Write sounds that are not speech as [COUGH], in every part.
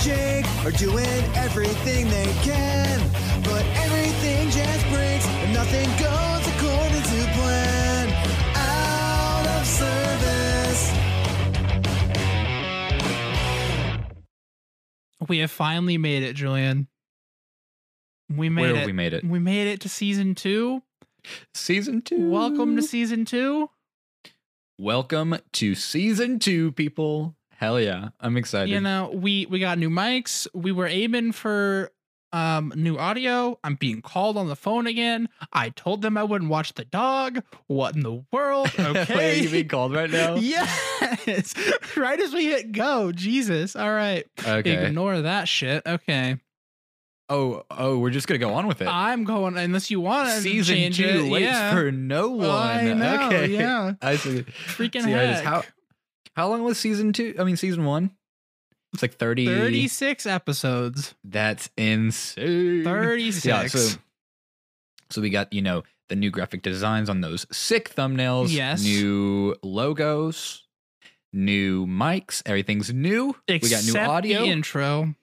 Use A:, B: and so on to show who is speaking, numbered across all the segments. A: are doing everything they can. But everything just breaks and nothing goes according to plan. Out of service.
B: We have finally made it, Julian. We made
C: Where
B: it.
C: have we made it?
B: We made it to season two.
C: Season two.
B: Welcome to season two.
C: Welcome to season two, people. Hell yeah. I'm excited.
B: You know, we we got new mics. We were aiming for um new audio. I'm being called on the phone again. I told them I wouldn't watch the dog. What in the
C: [LAUGHS]
B: world?
C: [LAUGHS] Wait, are you
B: Okay.
C: being called
B: [LAUGHS]
C: right now?
B: yes. [LAUGHS] Right as we hit go, Jesus. All right.
C: Okay.
B: Ignore that shit. Okay.
C: Oh, oh, we're just gonna go on with it.
B: I'm going unless you want to
C: season
B: change
C: two
B: it.
C: waits
B: yeah.
C: for no one.
B: I know,
C: okay. [LAUGHS]
B: Yeah.
C: I see.
B: Freaking
C: See, I
B: heck.
C: just- how how long was season two? I mean season one? It's like 30.
B: 36 episodes.
C: That's insane.
B: 36.
C: Yeah, so, so we got, you know, the new graphic designs on those sick thumbnails.
B: Yes.
C: New logos, new mics, everything's new. we got new
B: Except
C: audio.
B: The intro.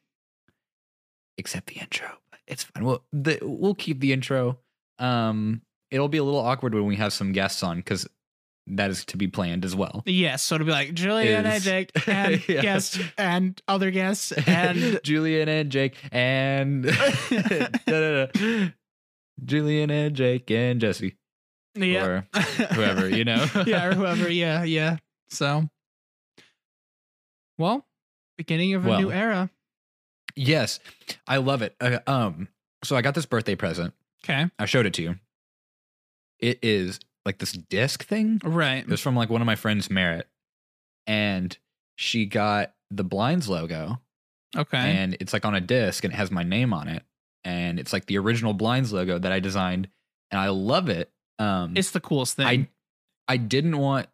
C: except the intro. but It's fine. We'll the, we'll keep the intro. Um, it'll be a little awkward when we have some guests on because that is to be planned as well.
B: Yes. So to be like Julian and
C: Is- [LAUGHS]
B: Jake and
C: Yeah.
B: guests and other guests
C: [LAUGHS]
B: and
C: Julian and Jake
B: [LAUGHS]
C: and [LAUGHS] da, da, da. Julian and Jake and Jesse
B: yeah.
C: or whoever you know.
B: [LAUGHS] yeah, or whoever. Yeah, yeah. So, well, beginning of a new
C: Well.
B: era.
C: Yes, I love it. Uh, um, so I got this birthday present.
B: Okay.
C: I showed it to you. It is like this disc thing.
B: Right.
C: It was from like one of my friends, Merritt, and she got the Blinds logo,
B: Okay.
C: and it's like on a disc, and it has my name on it, and it's like the original Blinds logo that I designed, and I love it. Um,
B: it's the coolest thing.
C: I I didn't want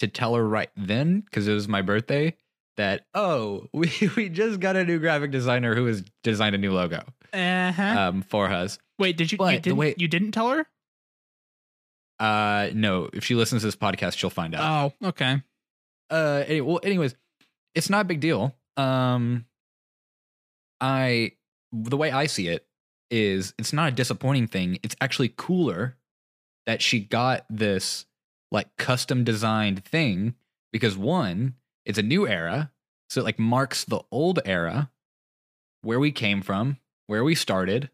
C: to tell her right then because it was my birthday that oh [LAUGHS] we we just got a new graphic designer who has designed a new logo
B: uh-huh.
C: um for us.
B: Wait, did you?
C: but
B: You
C: the
B: didn't,
C: way-
B: you didn't tell her?
C: Uh, no, if she listens to this podcast, she'll find out.
B: Oh, okay.
C: uh any- well anyways it's not a big deal um i the way i see it is it's not a disappointing thing it's actually cooler that she got this like custom designed thing because one it's a new era so it like marks the old era where we came from where we started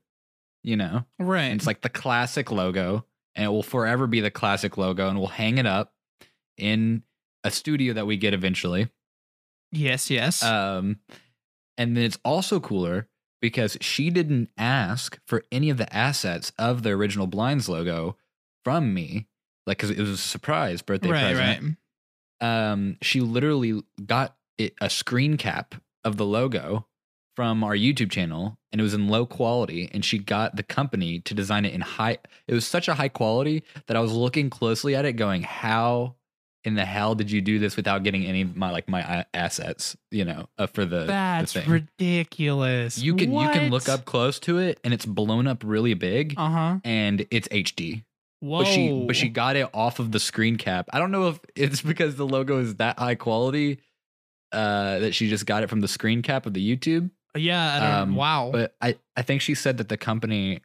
C: you know
B: Right.
C: and it's like the classic logo, and it will forever be the classic logo, and we'll hang it up in a studio that we get eventually.
B: yes, yes.
C: Um, and then it's also cooler because she didn't ask for any of the assets of the original Blinds logo from me, like because it was a surprise birthday
B: right,
C: present.
B: right.
C: Um, she literally got it, a screen cap of the logo from our YouTube channel, and it was in low quality. And she got the company to design it in high. It was such a high quality that I was looking closely at it, going, "How in the hell did you do this without getting any of my like my a- assets? You know, uh, for the the
B: That's
C: thing.
B: ridiculous.
C: You can you can look up close to it, and it's blown up really big,
B: Uh huh.
C: and it's HD.
B: Whoa.
C: But she but she got it off of the screen cap. I don't know if it's because the logo is that high quality uh that she just got it from the screen cap of the YouTube.
B: Yeah. I don't-
C: um,
B: wow.
C: But I I think she said that the company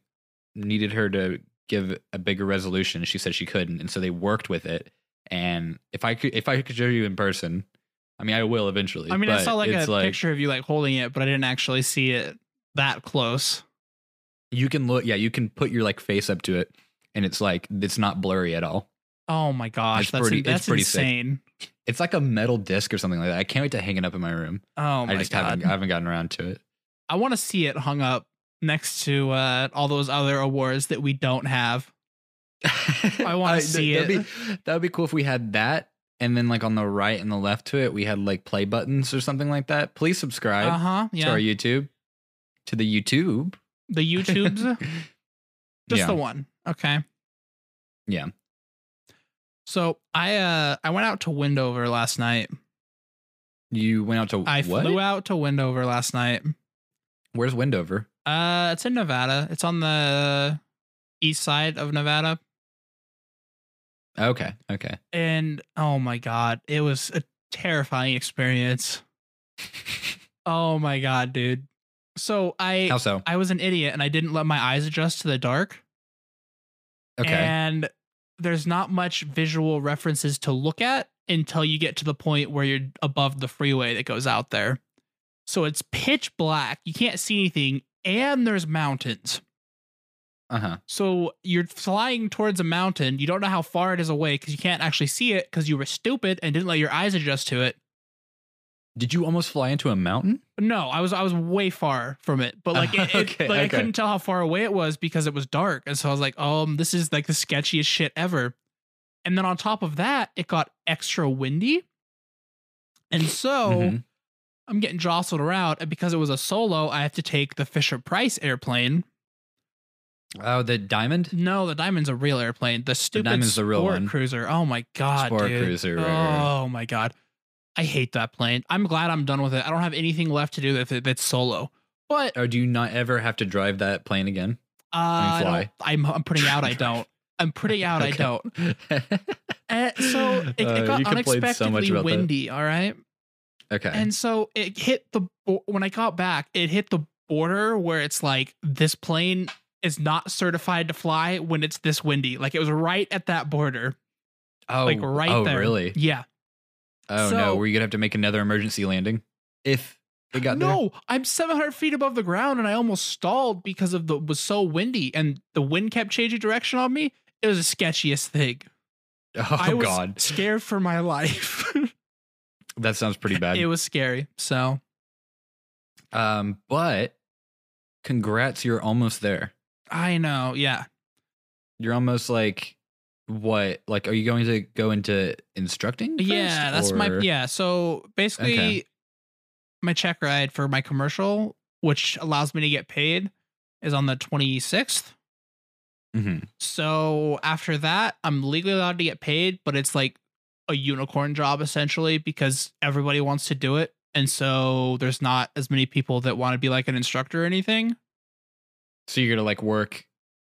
C: needed her to give a bigger resolution. She said she couldn't, and so they worked with it. And if I could if I could show you in person, I mean I will eventually.
B: I mean, I
C: but
B: saw like a
C: it's like,
B: picture of you like holding it, but I didn't actually see it that close.
C: You can look yeah, you can put your like face up to it and it's like it's not blurry at all.
B: Oh my gosh,
C: It's
B: that's
C: pretty-
B: in- that's
C: it's pretty sick.
B: insane.
C: It's like a metal disc or something like that. I can't wait to hang it up in my room.
B: Oh my
C: I just
B: god,
C: haven't I haven't gotten around to it.
B: I want to see it hung up next to uh, all those other awards that we don't have. [LAUGHS] I wanna
C: th-
B: see
C: that'd
B: it.
C: Be, that would be cool if we had that, and then like on the right and the left to it, we had like play buttons or something like that. Please subscribe
B: Uh huh.
C: to
B: Yeah,
C: our YouTube, to the YouTube.
B: the YouTubes,
C: [LAUGHS]
B: just
C: yeah.
B: the one. Okay.
C: Yeah.
B: So I uh I went out to Windover last night.
C: you went out to
B: I
C: what?
B: flew out to Windover last night.
C: Where's Wendover?
B: Uh, it's in Nevada. It's on the east side of Nevada.
C: Okay, okay.
B: and oh my god, it
C: [LAUGHS]
B: was a terrifying experience. oh my god, dude. So I
C: How so?
B: I was an idiot and I didn't let my eyes adjust to the dark.
C: Okay.
B: And there's not much visual references to look at until you get to the point where you're above the freeway that goes out there. So it's pitch black. You can't see anything and there's mountains.
C: Uh huh.
B: So you're flying towards a mountain. You don't know how far it is away because you can't actually see it because you were stupid and didn't let your eyes adjust to it.
C: Did you almost fly into a mountain?
B: No, I was I was way far from it, but like
C: [LAUGHS]
B: it, it-
C: Okay,
B: like I
C: okay.
B: couldn't tell how far away it was because it was dark, and so I was like, um, this is like the sketchiest shit ever. And then on top of that, it got extra windy, and so
C: Mhm.
B: I'm getting jostled around. And because it was a solo, I have to take the Fisher Price airplane.
C: Oh, the diamond
B: No, the Diamond's a real airplane. The stupid
C: Diamond's the real
B: sport
C: one.
B: cruiser. Oh my god,
C: sport
B: dude.
C: cruiser. right, right, right.
B: Oh my god, I hate that plane. I'm glad I'm done with it. I don't have anything left to do that that's solo. But
C: Or do you not ever have to drive that plane again?
B: Uh, I
C: fly.
B: don't- I'm, I'm putting out I don't. I'm putting out I
C: Okay.
B: don't. Uh, so it, it
C: Uh,
B: got
C: you complained so much
B: unexpectedly
C: about that.
B: windy, all right?
C: [LAUGHS] okay.
B: And so it hit the, bo- when I got back, it hit the border where it's like, this plane is not certified to fly when it's this windy. Like it was right at that border.
C: oh,
B: like right
C: oh,
B: there.
C: really?
B: Yeah.
C: Oh
B: So-
C: no, were you gonna have to make another emergency landing if it got there?
B: No, I'm 700 feet above the ground and I almost stalled because of the, it was so windy and the wind kept changing direction on me. It was the sketchiest thing.
C: Oh
B: I was
C: god,
B: scared for my [LAUGHS] life.
C: that sounds pretty [LAUGHS] bad.
B: it was scary. So
C: um, but congrats, you're almost there.
B: I know. Yeah.
C: You're almost like what? Like, are you going to go into instructing?
B: yeah.
C: first,
B: That's my,
C: or-
B: yeah. So basically,
C: Okay.
B: my check ride for my commercial, which allows me to get paid, is on the 26th.
C: Mhm.
B: So after that, I'm legally allowed to get paid, but it's like a unicorn job essentially because everybody wants to do it. And so there's not as many people that want to be like an instructor or anything
C: So you're gonna like work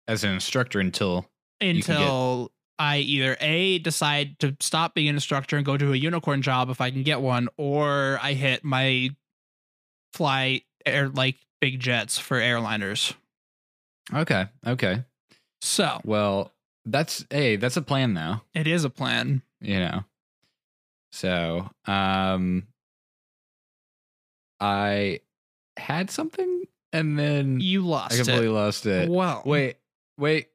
C: as an instructor until You can get-
B: until I either A decide to stop being an instructor and go to a unicorn job if I can get one, or I hit my fly air like big jets for airliners.
C: okay, okay.
B: So
C: Well, that's hey, that's a plan now.
B: it is a plan.
C: you know. So, um I had something and then
B: You
C: I
B: lost
C: completely
B: it.
C: lost it.
B: Well,
C: Wait, wait.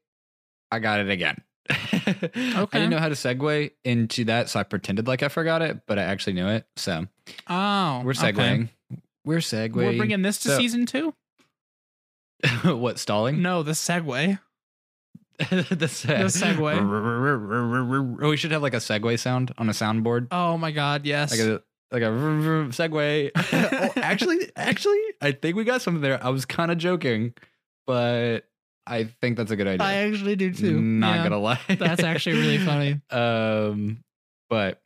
C: I got it again. [LAUGHS] okay. I
B: Okay.
C: didn't know how to segue into that, so I pretended like I forgot it, but I actually knew it. So
B: Oh,
C: we're
B: okay.
C: segueing. We're segueing.
B: We're bringing this to
C: So-
B: season two.
C: [LAUGHS] what stalling?
B: No, the segue.
C: the, se-
B: The
C: segue. [LAUGHS] we should have like a segue sound on a soundboard.
B: Oh my God! Yes.
C: like a like a vroom, vroom segue. [LAUGHS] oh, actually, actually, I think we got something there. I was kind of joking, but I think that's a good idea.
B: I actually do too.
C: Not
B: Yeah.
C: gonna lie,
B: That's actually
C: [LAUGHS]
B: really funny.
C: Um, but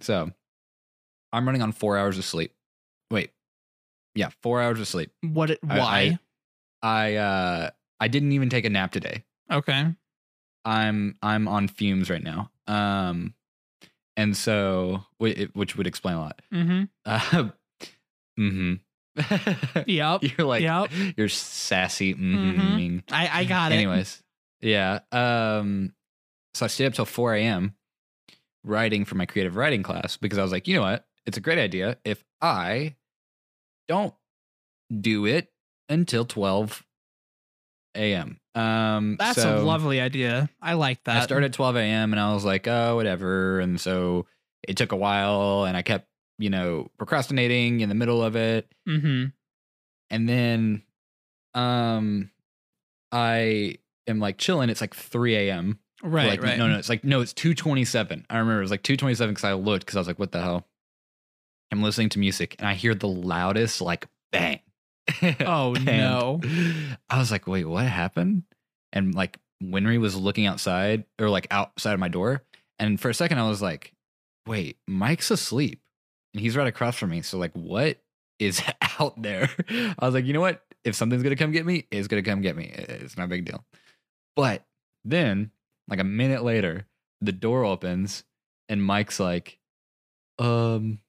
C: so I'm running on four hours of sleep. Wait, yeah, four hours of sleep.
B: What? It,
C: I-
B: why?
C: I uh I didn't even take a nap today.
B: okay.
C: I'm I'm on fumes right now. Um, and so whi- it- which would explain a lot.
B: Mm-hmm.
C: Uh, [LAUGHS] mm-hmm.
B: Yep.
C: [LAUGHS] you're like
B: Yep.
C: you're sassy.
B: Mhm.
C: Mm-hmm.
B: I I got it.
C: Anyways, yeah. Um, so I stayed up till 4 a.m. writing for my creative writing class because I was like, you know what? It's a great idea if I don't do it until 12 a.m. Um,
B: That's a
C: so-
B: lovely idea. I like that.
C: I started at 12 a.m. and I was like, oh, whatever. And so it took a while and I kept, you know, procrastinating in the middle of it.
B: Mm-hmm.
C: And then um I am like chilling. It's like 3 a.m.
B: Right.
C: like,
B: right.
C: No, no, it's like, no, it's 227. I remember it was like 227 because I looked because I was like, what the hell? I'm listening to music and I hear the loudest like bang. [LAUGHS]
B: Oh
C: And
B: no.
C: [LAUGHS] I was like, wait, what happened? And like Winry was looking outside or like outside of my door. And for a second I was like, wait, Mike's asleep. And he's right across from me. So like what is [LAUGHS] out there? I was like, you know what? If something's gonna come get me, it's gonna come get me. It- It's not a big deal. But then, like a minute later, the door opens and Mike's like, um,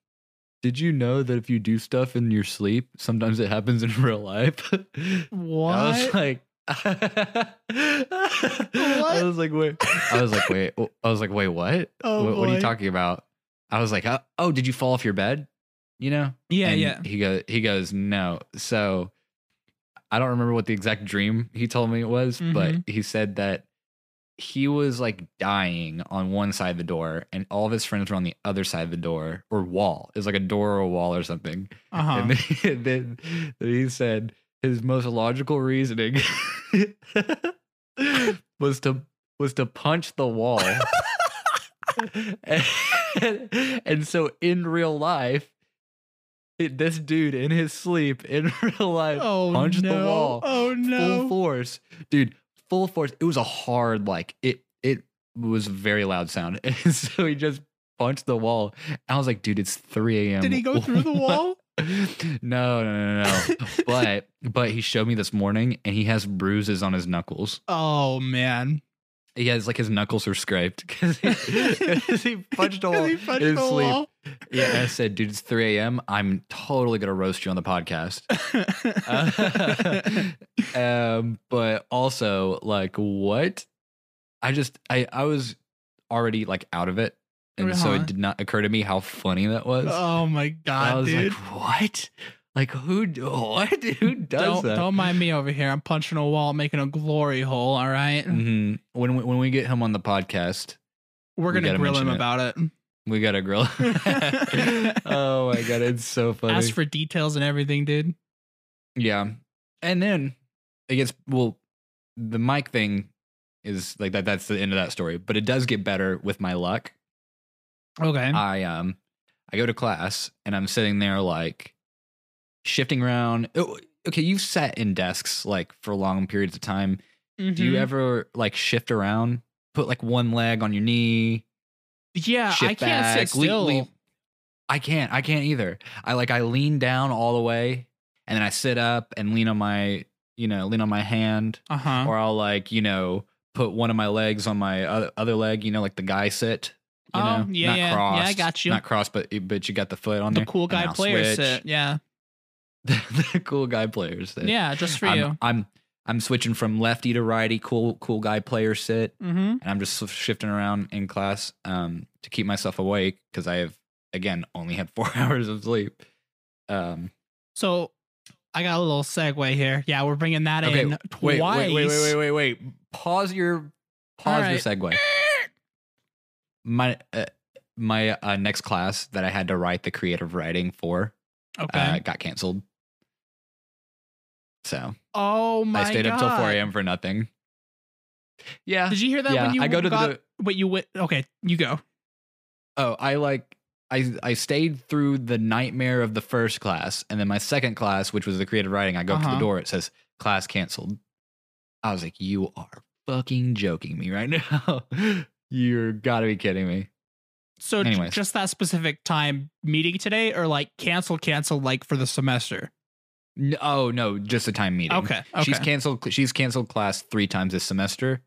C: Did you know that if you do stuff in your sleep, sometimes it happens in [LAUGHS] real life?
B: What?
C: I [LAUGHS] was like, I was like, wait. I was like, wait. I was like, wait. What?
B: [LAUGHS] Oh,
C: what, what are
B: boy.
C: you talking about? I was like, oh, oh, did you fall off your bed? You know?
B: yeah,
C: And
B: yeah.
C: He goes, he goes, no. So I don't remember what the exact dream he told me it was, but
B: Mm-hmm.
C: he said that he was like dying on one side of the door, and all of his friends were on the other side of the door or wall. It was like a door or a wall or something.
B: Uh
C: And
B: huh.
C: [LAUGHS] then, then, then he said his most logical
B: [LAUGHS]
C: reasoning was to was to punch
B: [LAUGHS]
C: the wall. and, and so in real life, it, this dude in his sleep in [LAUGHS] real life
B: Oh
C: punched
B: no!
C: the wall
B: Oh
C: full
B: no!
C: force, dude, full force. It was a hard like it. It was a very loud sound, [LAUGHS] and so he just punched the wall. I was like, dude, it's three a.m.
B: Did he go through the
C: [LAUGHS]
B: wall?
C: no, no, no, no. [LAUGHS] no. but but he showed me this morning, and he has bruises on his knuckles.
B: Oh man!
C: He has like his knuckles are scraped because he, [LAUGHS] 'cause he [LAUGHS] punched a wall.
B: [LAUGHS] Did he
C: in
B: punch
C: his
B: the
C: sleep.
B: wall?
C: Yeah, and I said, dude, it's three a.m. I'm totally gonna roast you on the podcast. [LAUGHS]
B: [LAUGHS]
C: Uh, um, but also like what? I just I I was already like out of it, and so
B: Uh-huh.
C: it did not occur to me how funny that was.
B: oh my
C: I
B: god,
C: was
B: dude!
C: like, what? Like who? d- [LAUGHS] What? Who does
B: don't
C: that?
B: don't mind me over here. I'm punching a wall, making a glory hole. All right?
C: Mhm. When we, when we get him on the podcast,
B: we're
C: We
B: gonna
C: gotta
B: grill him
C: mention it.
B: about it.
C: we gotta grill. [LAUGHS] oh my god, it's [LAUGHS] so funny.
B: Ask for details and everything, dude.
C: Yeah. And then it gets well the mic thing is like that that's the end of that story, but it does get better with my luck.
B: Okay.
C: I um I go to class and I'm sitting there like shifting around. Oh, okay, you've sat in desks like for long periods of time. Do you
B: Mhm.
C: ever like shift around? Put like one leg on your knee,
B: Yeah,
C: shift
B: Uh, I can't
C: back,
B: sit
C: le-
B: still.
C: le- I can't. I can't either. I like I lean down all the way and then I sit up and lean on my, you know, lean on my hand
B: Uh huh.
C: or I'll like, you know, put one of my legs on my other, other leg, you know, like the guy sit. You
B: Oh,
C: know,
B: yeah, yeah.
C: not
B: Yeah, I
C: crossed,
B: got you.
C: Not crossed, but eh, but you got the foot on
B: The
C: there,
B: cool
C: and
B: guy
C: I'll
B: player
C: switch.
B: sit. Yeah.
C: [LAUGHS] the, cool guy player sit.
B: Yeah, just for
C: I'm,
B: you.
C: I'm I'm switching from lefty to righty. Cool cool guy player sit,
B: Mm-hmm.
C: and I'm just sw- shifting around in class um to keep myself awake because I have again only had [LAUGHS] four hours of sleep. Um,
B: So I got a little segue here. Yeah, we're bringing that
C: Okay,
B: in twice.
C: wait, wait, wait, wait, wait, wait, wait. Pause your
B: All
C: pause your segue. my uh, my uh, next class that I had to write the creative writing for
B: Okay.
C: uh, got canceled. So
B: oh my
C: I stayed up till
B: God.
C: 4 a.m. for nothing. Yeah,
B: Did you hear that
C: yeah.
B: when you
C: I go to
B: got,
C: the
B: Wait, you went. Okay, you go.
C: oh, I like I I stayed through the nightmare of the first class, and then my second class, which was the creative writing. I go up to
B: Uh-huh.
C: the door. It says class canceled. I was like, you are fucking joking me right [LAUGHS] now. You're gotta be kidding me.
B: So j-
C: Anyways.
B: just that specific time meeting today, or like cancel, cancel, like for the semester.
C: No, oh no, just a time meeting.
B: Okay. Okay.
C: She's canceled. She's canceled class three times this semester,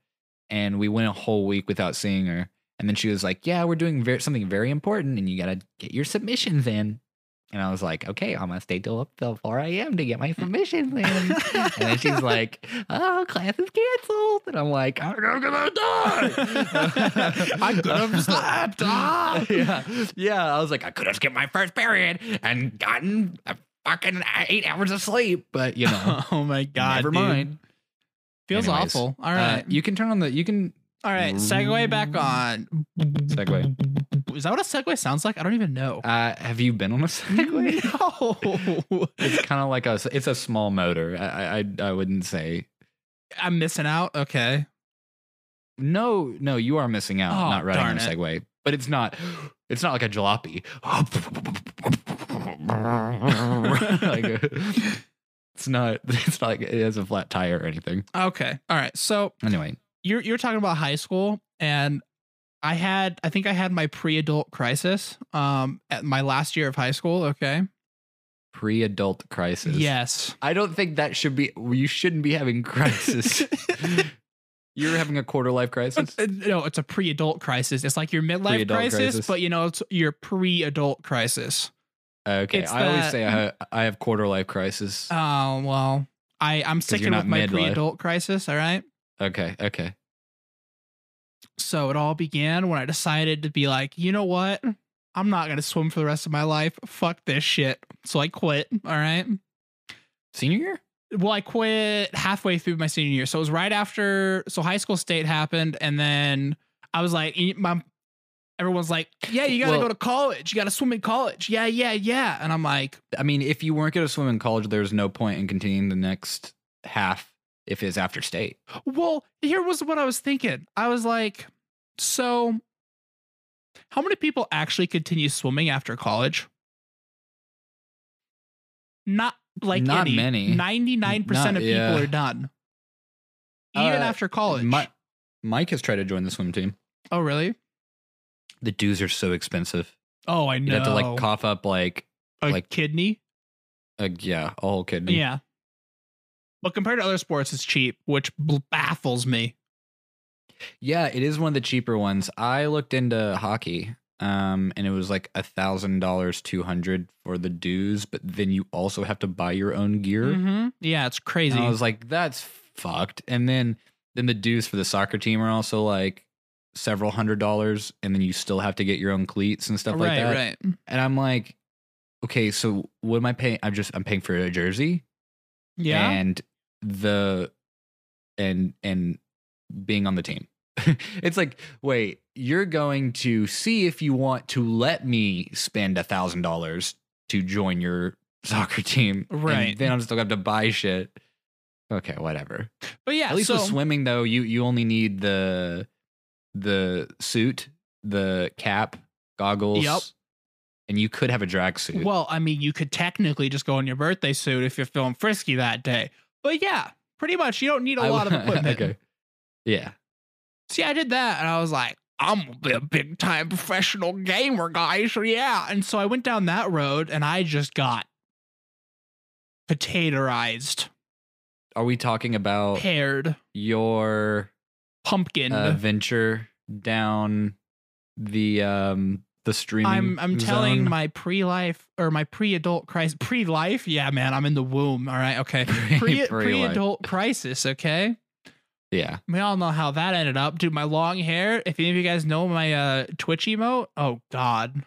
C: and we went a whole week without seeing her. And then she was like, "Yeah, we're doing very, something very important, and you gotta get your submissions in." And I was like, "Okay, I'm gonna stay till up till four a.m. to
B: [LAUGHS]
C: get my submissions in." and then she's like, "Oh, class is canceled," and I'm like, "I'm gonna die.
B: [LAUGHS] I could have slept. Ah.
C: [LAUGHS] yeah, yeah. I was like, I could have skipped my first period and gotten a fucking eight hours of sleep, but you know."
B: [LAUGHS] oh my god.
C: Never
B: dude.
C: mind.
B: Feels
C: Anyways,
B: awful. All
C: Uh,
B: right.
C: you can turn on the. You can.
B: All right. Segue back on.
C: Segue.
B: Is that what a segue sounds like? I don't even know.
C: Uh, have you been on a
B: Mm.
C: Segway?
B: no.
C: [LAUGHS] it's kind of like a. It's a small motor. I, I. I wouldn't say.
B: I'm missing out. Okay.
C: No. No. You are missing out.
B: Oh,
C: not riding on a
B: darn it.
C: Segway. But it's not. It's not like a jalopy. [LAUGHS] like [LAUGHS] a- it's not. It's not like it has a flat tire or anything.
B: Okay. All right. So
C: Anyway.
B: you're you're talking about high school, and I had I think I had my pre-adult crisis um at my last year of high school. Okay.
C: Pre-adult crisis.
B: Yes.
C: I don't think that should be. You shouldn't be
B: [LAUGHS]
C: having crisis. You're having a quarter life crisis.
B: Uh, no, it's a pre-adult crisis. It's like your midlife
C: Pre-adult
B: crisis,
C: crisis.
B: but you know it's your pre-adult crisis.
C: Okay,
B: It's
C: I always
B: that-
C: say I have, I have quarter life crisis.
B: Oh well, I I'm sticking
C: you're
B: with
C: not
B: my
C: midlife.
B: pre-adult crisis. All right.
C: okay, okay.
B: So it all began when I decided to be like, you know what? I'm not gonna swim for the rest of my life. Fuck this shit. So I quit. All right.
C: Senior year?
B: Well, I quit halfway through my senior year. So it was right after so high school state happened, and then I was like, e- my everyone's like, yeah, you gotta
C: Well-
B: go to college. You gotta swim in college. Yeah, yeah, yeah. And I'm like,
C: I mean, if you weren't going to swim in college, there's no point in continuing the next half if it's after state.
B: Well, here was what I was thinking. I was like, so how many people actually continue swimming after college? Not like
C: Not
B: any.
C: many.
B: 99%
C: Not-
B: of people
C: yeah.
B: are done. Even
C: Uh,
B: after college.
C: Mi- Mike has tried to join the swim team.
B: oh, really?
C: The dues are so expensive.
B: Oh, I know.
C: You'd have to like cough up like
B: a
C: like-
B: kidney?
C: a, yeah, a whole kidney.
B: Yeah. But compared to other sports, it's cheap, which bl- baffles me.
C: Yeah, it is one of the cheaper ones. I looked into hockey, um, and it was like a thousand dollars, two hundred for the dues, but then you also have to buy your own gear.
B: Mhm. Yeah, it's crazy.
C: And I was like, that's fucked. And then then the dues for the soccer team are also like several hundred dollars, and then you still have to get your own cleats and stuff
B: right,
C: like that.
B: right.
C: And I'm like, okay, so what am I paying? I'm just I'm paying for a jersey
B: Yeah.
C: and the and and being on the team. [LAUGHS] it's like, wait, you're going to see if you want to let me spend a thousand dollars to join your [LAUGHS] soccer team, and
B: Right.
C: then I'm still gonna have to buy shit. Okay, whatever.
B: but yeah,
C: At least
B: so,
C: with swimming, though, you you only need the the suit, the cap, goggles.
B: Yep.
C: And you could have a drag suit.
B: Well, I mean, you could technically just go in your birthday suit if you're feeling frisky that day. But yeah, pretty much you don't need a
C: I- [LAUGHS]
B: lot of equipment.
C: okay. Yeah.
B: See, I did that and I was like, I'm gonna be a big time professional gamer, guys. Yeah. And so I went down that road and I just got potatoized,
C: Are we talking about
B: paired,
C: your
B: pumpkin.
C: uh, venture down the um the streaming.
B: I'm I'm telling
C: [LAUGHS] zone?
B: my pre-life or my pre-adult crisis pre-life. Yeah, man, I'm in the womb. All right,
C: [LAUGHS]
B: okay. Pre
C: Pre- pre-life.
B: pre-adult crisis. Okay.
C: yeah.
B: We all know how that ended up. Dude, my long hair. If any of you guys know my uh, Twitch emote, oh God.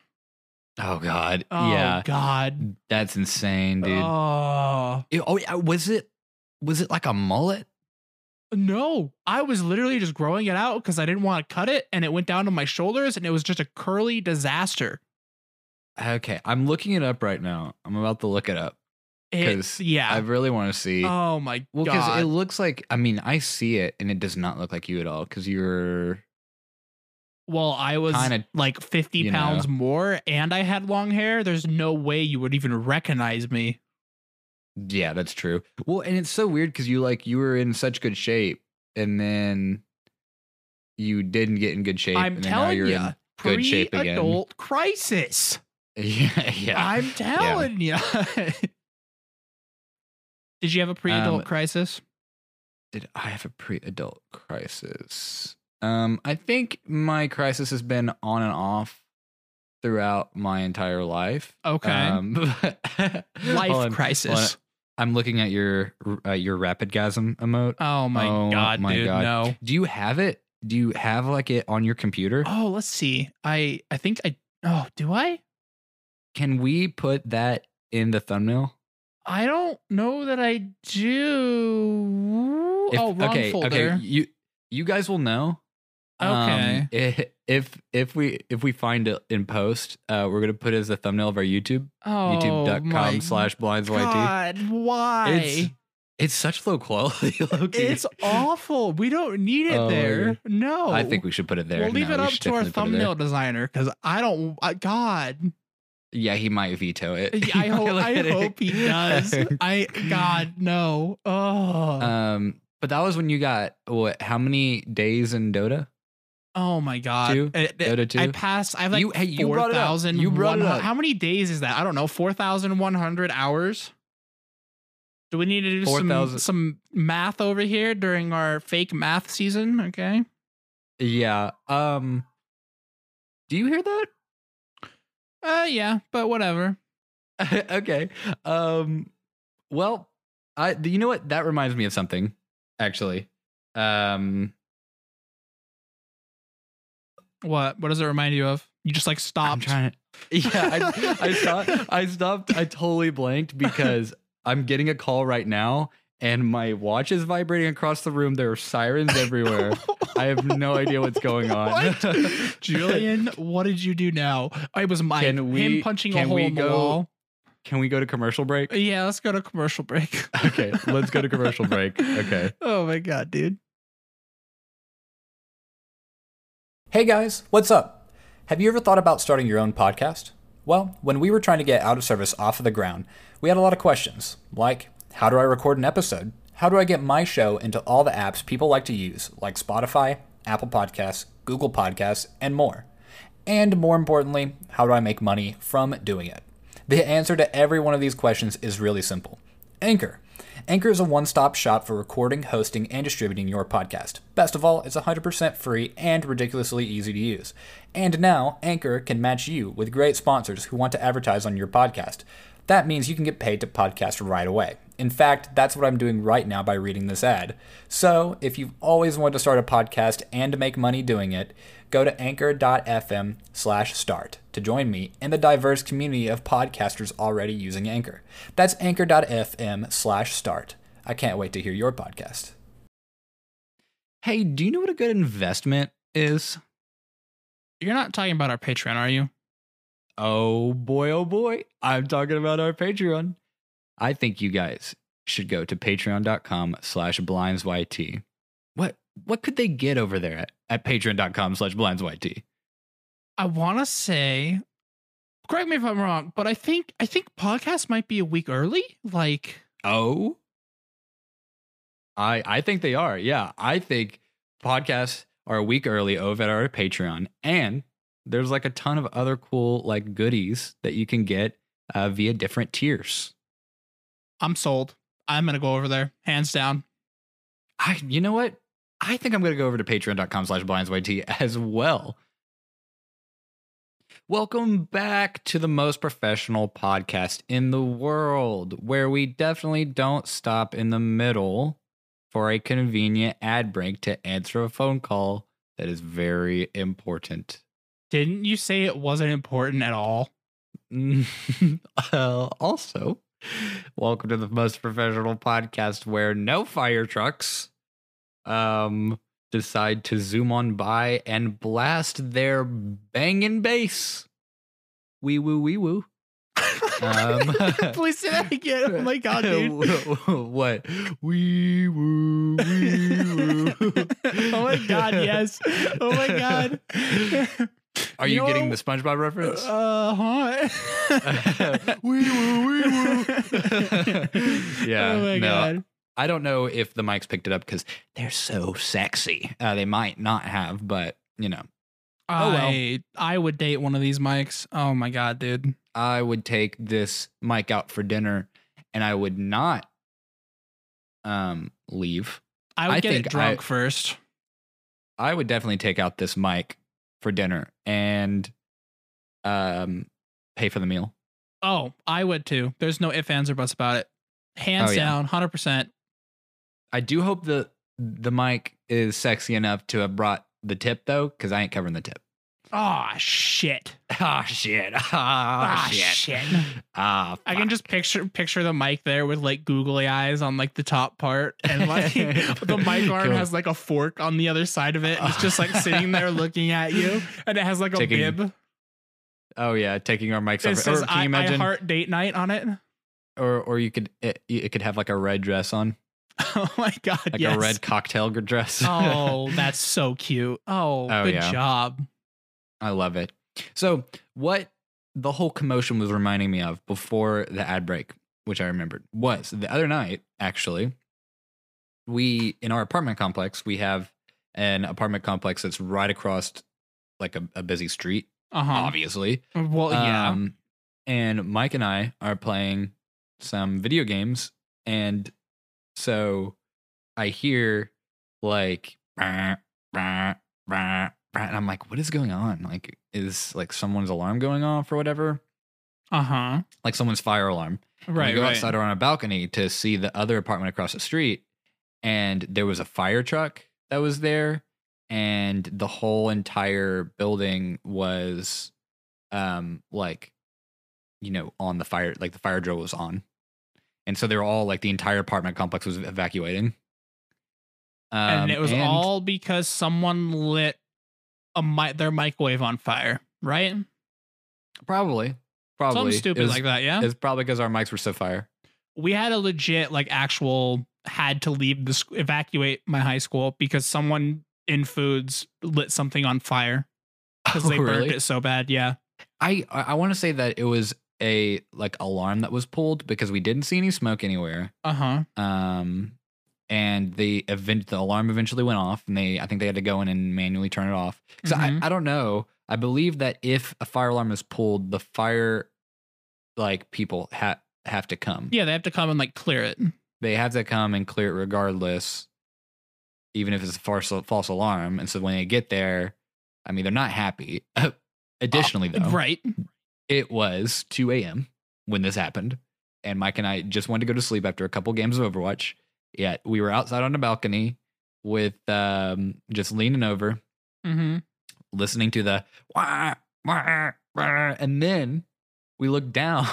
C: Oh god.
B: Oh
C: yeah.
B: God.
C: That's insane, dude.
B: Oh.
C: Ew, oh yeah, was it was it like a mullet?
B: No, I was literally just growing it out because I didn't want to cut it and it went down to my shoulders and it was just a curly disaster.
C: Okay, I'm looking it up right now. I'm about to look it up.
B: It,
C: 'Cause I
B: yeah.
C: really want to see.
B: Ah. oh my
C: well, because
B: God.
C: it looks like I mean I see it and it does not look like you at all. Because you're
B: well, I was
C: kinda,
B: like 50
C: you know.
B: pounds more and I had long hair. There's no way you would even recognize me.
C: yeah, that's true. Well, and it's so weird because you like you were in such good shape and then you didn't get in good shape.
B: I'm
C: and then now
B: telling
C: you're in-
B: you.
C: good shape again.
B: Pre-adult crisis.
C: [LAUGHS] Yeah, yeah.
B: I'm telling you. [LAUGHS] Did you have a pre-adult
C: Um,
B: crisis?
C: Did I have a pre-adult crisis? Um, I think my crisis has been on and off throughout my entire life.
B: Okay.
C: Um, [LAUGHS]
B: [LAUGHS] Life
C: hold on,
B: crisis.
C: I'm looking at your uh, your rapid gasm emote.
B: Oh my
C: Oh
B: god,
C: my
B: dude.
C: God.
B: No.
C: Do you have it? Do you have like it on your computer?
B: Oh, let's see. I I think I Oh, do I?
C: Can we put that in the thumbnail?
B: I don't know that I do.
C: If-
B: oh, wrong
C: okay,
B: folder.
C: okay. You you guys will know.
B: Okay.
C: i- [LAUGHS] if if we if we find it in post, uh, we're gonna put it as a thumbnail of our YouTube.
B: Oh, my
C: YouTube.com slash blinds YT.
B: God, why?
C: It's it's such low quality. [LAUGHS] low-key.
B: It's awful. We don't need it
C: Oh,
B: there.
C: yeah.
B: No.
C: I think we should put it there.
B: We'll leave
C: No,
B: it
C: we
B: up
C: should
B: to our
C: definitely put it there.
B: thumbnail designer because I don't. I, God,
C: Yeah, he might veto
B: [LAUGHS]
C: it.
B: Yeah,
C: [LAUGHS]
B: I
C: He might
B: hope
C: look at
B: I
C: it.
B: hope he does. I God no. Oh,
C: [LAUGHS] Um, but that was when you got what? How many days in Dota?
B: oh my God.
C: two?
B: It- it-
C: Dota two.
B: I passed. I have like
C: You- hey, you
B: four
C: brought it up.
B: thousand.
C: You brought it up.
B: How many days is that? I don't know. Four thousand one hundred hours. Do we need to do some
C: 4,000
B: some math over here during our fake math season? Okay.
C: yeah. Um, do you hear that? [LAUGHS]
B: Uh yeah, but whatever.
C: okay. Um, well, I you know what? That reminds me of something, actually. Um, [LAUGHS]
B: What? What does it remind you of? You just like
C: I'm
B: stopped.
C: trying to. Yeah, I, I stopped.
B: [LAUGHS]
C: I stopped. I totally blanked because I'm getting a call right now, and my watch is vibrating across the room. There are sirens everywhere. I have no idea what's
B: [LAUGHS]
C: going on. [LAUGHS]
B: What? Julian, what did you do now? It was my
C: Can we-
B: him punching a
C: can
B: hole
C: we
B: in the
C: go-
B: wall.
C: Can we go to commercial break?
B: Yeah, let's go to commercial break.
C: [LAUGHS] Okay, let's go to commercial break. Okay.
B: [LAUGHS] Oh my god, dude.
D: Hey guys, what's up? Have you ever thought about starting your own podcast? Well, when we were trying to get out of service off of the ground, we had a lot of questions, like how do I record an episode? How do I get my show into all the apps people like to use, like Spotify, Apple Podcasts, Google Podcasts, and more? And more importantly, how do I make money from doing it? The answer to every one of these questions is really simple Anchor. Anchor is a one stop shop for recording, hosting, and distributing your podcast. Best of all, it's 100% free and ridiculously easy to use. And now, Anchor can match you with great sponsors who want to advertise on your podcast. That means you can get paid to podcast right away. In fact, that's what I'm doing right now by reading this ad. So, if you've always wanted to start a podcast and make money doing it, go to anchor.fm slash start to join me and the diverse community of podcasters already using Anchor. That's anchor.fm slash start. I can't wait to hear your podcast.
C: Hey, do you know what a good investment is?
B: You're not talking about our Patreon, are you?
C: Oh boy, oh boy. I'm talking about our Patreon. I think you guys should go to patreon.com slash blindsyt. What what could they get over there at, at patreon.com slash blindsyt?
B: I want to say, correct me if I'm wrong, but I think I think podcast might be a week early. Like,
C: Oh. I I think they are. Yeah. I think podcasts are a week early over at our Patreon. And there's like a ton of other cool like goodies that you can get uh, via different tiers.
B: I'm sold. I'm gonna go over there, hands down.
C: I you know what? I think I'm gonna go over to patreon.com slash blindsyt as well. Welcome back to the most professional podcast in the world, where we definitely don't stop in the middle for a convenient ad break to answer a phone call that is very important.
B: Didn't you say it wasn't important at all?
C: [LAUGHS] uh, also, welcome to the most professional podcast where no fire trucks um decide to zoom on by and blast their banging bass. Wee woo wee woo. [LAUGHS] Um,
B: [LAUGHS] Please say that again. Oh my
C: [LAUGHS]
B: god, dude.
C: what? Wee woo wee woo.
B: [LAUGHS] oh my god, yes. Oh my
C: [LAUGHS]
B: god.
C: Are you,
B: know
C: getting
B: what-
C: the SpongeBob reference?
B: Uh huh.
C: [LAUGHS]
B: [LAUGHS]
C: Wee woo, wee woo. [LAUGHS] Yeah,
B: Oh my
C: no.
B: god.
C: I don't know if the mics picked it up because they're so sexy. Uh, they might not have, but you know, Oh, well.
B: I I would date one of these mics. Oh my god, dude.
C: I would take this mic out for dinner, and I would not um leave.
B: I would
C: I
B: get
C: think
B: it drunk
C: I-
B: first.
C: I would definitely take out this mic for dinner and um pay for the meal.
B: Oh, I would too. There's no ifs, ands, or buts about it. Hands
C: Oh, yeah.
B: down, hundred percent.
C: I do hope the the mic is sexy enough to have brought the tip though, because I ain't covering the tip.
B: Oh shit.
C: [LAUGHS] Ah shit. Ah
B: Ah, shit.
C: [LAUGHS] Ah,
B: I can just picture picture the mic there with like googly eyes on like the top
C: [LAUGHS]
B: part, and like the mic arm
C: Cool.
B: has like a fork on the other side of it. And it's just
C: [LAUGHS]
B: like sitting there looking at you, and it has like a
C: Taking
B: bib.
C: Oh yeah, taking our mics
B: It
C: off.
B: says
C: Or can
B: I,
C: you
B: I
C: imagine?
B: heart date night on it.
C: or or you could it, it could have like a red dress on,
B: [LAUGHS] Oh my god,
C: like
B: yes.
C: a red [LAUGHS] cocktail gr- dress.
B: [LAUGHS]
C: [LAUGHS]
B: oh, that's so cute. Oh,
C: Oh,
B: good
C: yeah.
B: job.
C: I love it. So what the whole commotion was reminding me of before the ad break, which I remembered, was the other night actually. We in our apartment complex, we have an apartment complex that's right across like a, a busy street,
B: Uh huh.
C: obviously.
B: Well, Oh, yeah.
C: Um, and Mike and I are playing some video games, and so I hear like, "Brr, brr, brr, brr," and I'm like, what is going on? Like, is like someone's alarm going off or whatever?
B: Uh huh.
C: like someone's fire alarm. And
B: Right.
C: We go
B: right.
C: outside or on a balcony to see the other apartment across the street, and there was a fire truck that was there, and the whole entire building was, um, like, you know, on the fire, like the fire drill was on, and so they were all like the entire apartment complex was evacuating. Um,
B: and it was
C: and-
B: all because someone lit a mi- their microwave on fire, right?
C: probably, probably
B: Something stupid
C: It was-
B: like that, yeah.
C: It's probably because our mics were so fire.
B: we had a legit like actual had to leave the sc- evacuate my high school because someone in foods lit something on fire because they
C: [LAUGHS] Oh,
B: burned
C: really?
B: it so bad. Yeah,
C: I I, I want to say that it was a like alarm that was pulled because we didn't see any smoke anywhere.
B: uh huh.
C: Um, and the event the alarm eventually went off, and they I think they had to go in and manually turn it off. So
B: Mhm.
C: I, I don't know. I believe that if a fire alarm is pulled, the fire like people have have to come.
B: Yeah, they have to come and like clear it.
C: They have to come and clear it regardless, even if it's a false false alarm. And so when they get there, I mean they're not happy. [LAUGHS] Additionally, though,
B: Right.
C: it was 2 a.m. when this happened, and Mike and I just wanted to go to sleep after a couple games of Overwatch. Yet we were outside on the balcony with um, just leaning over,
B: Mm-hmm.
C: listening to the wah, wah, wah, and then we looked down,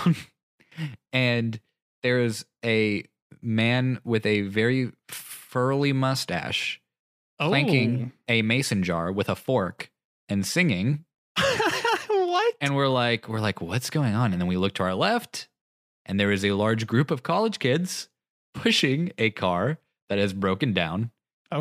C: [LAUGHS] and there is a man with a very furly mustache
B: Oh.
C: clanking a mason jar with a fork and singing
B: [LAUGHS] what?
C: and we're like we're like what's going on and then we look to our left and there is a large group of college kids pushing a car that has broken down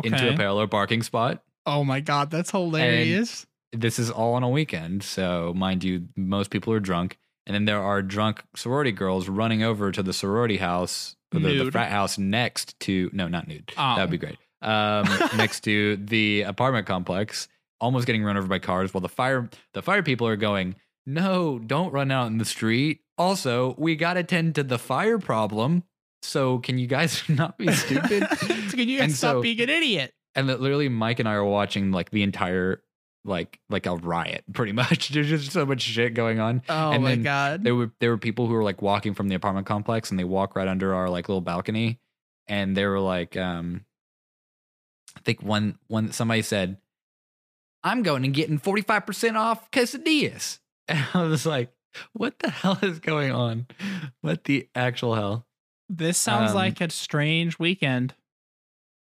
C: into a
B: Okay.
C: parallel parking spot
B: Oh my god, that's hilarious.
C: this is all on a weekend so mind you most people are drunk and then there are drunk sorority girls running over to the sorority house or the, the
B: Nude.
C: frat house next to no not nude that
B: Oh.
C: would be great
B: [LAUGHS]
C: um next to the apartment complex almost getting run over by cars while the fire the fire people are going no don't run out in the street also we gotta tend to the fire problem so can [LAUGHS] you guys [LAUGHS] not be
B: [LAUGHS]
C: stupid
B: so can you guys
C: And
B: stop
C: so-
B: being an idiot?
C: and that literally Mike and I are watching like the entire like like a riot [LAUGHS] pretty much. There's just so much shit going on.
B: Oh
C: and
B: my
C: then
B: god.
C: There were there were people who were like walking from the apartment complex and they walk right under our like little balcony and they were like um I think one one somebody said I'm going and getting 45% off quesadillas. [LAUGHS] And I was like, what the hell is going on? What the actual hell?
B: this sounds
C: um,
B: like a strange weekend.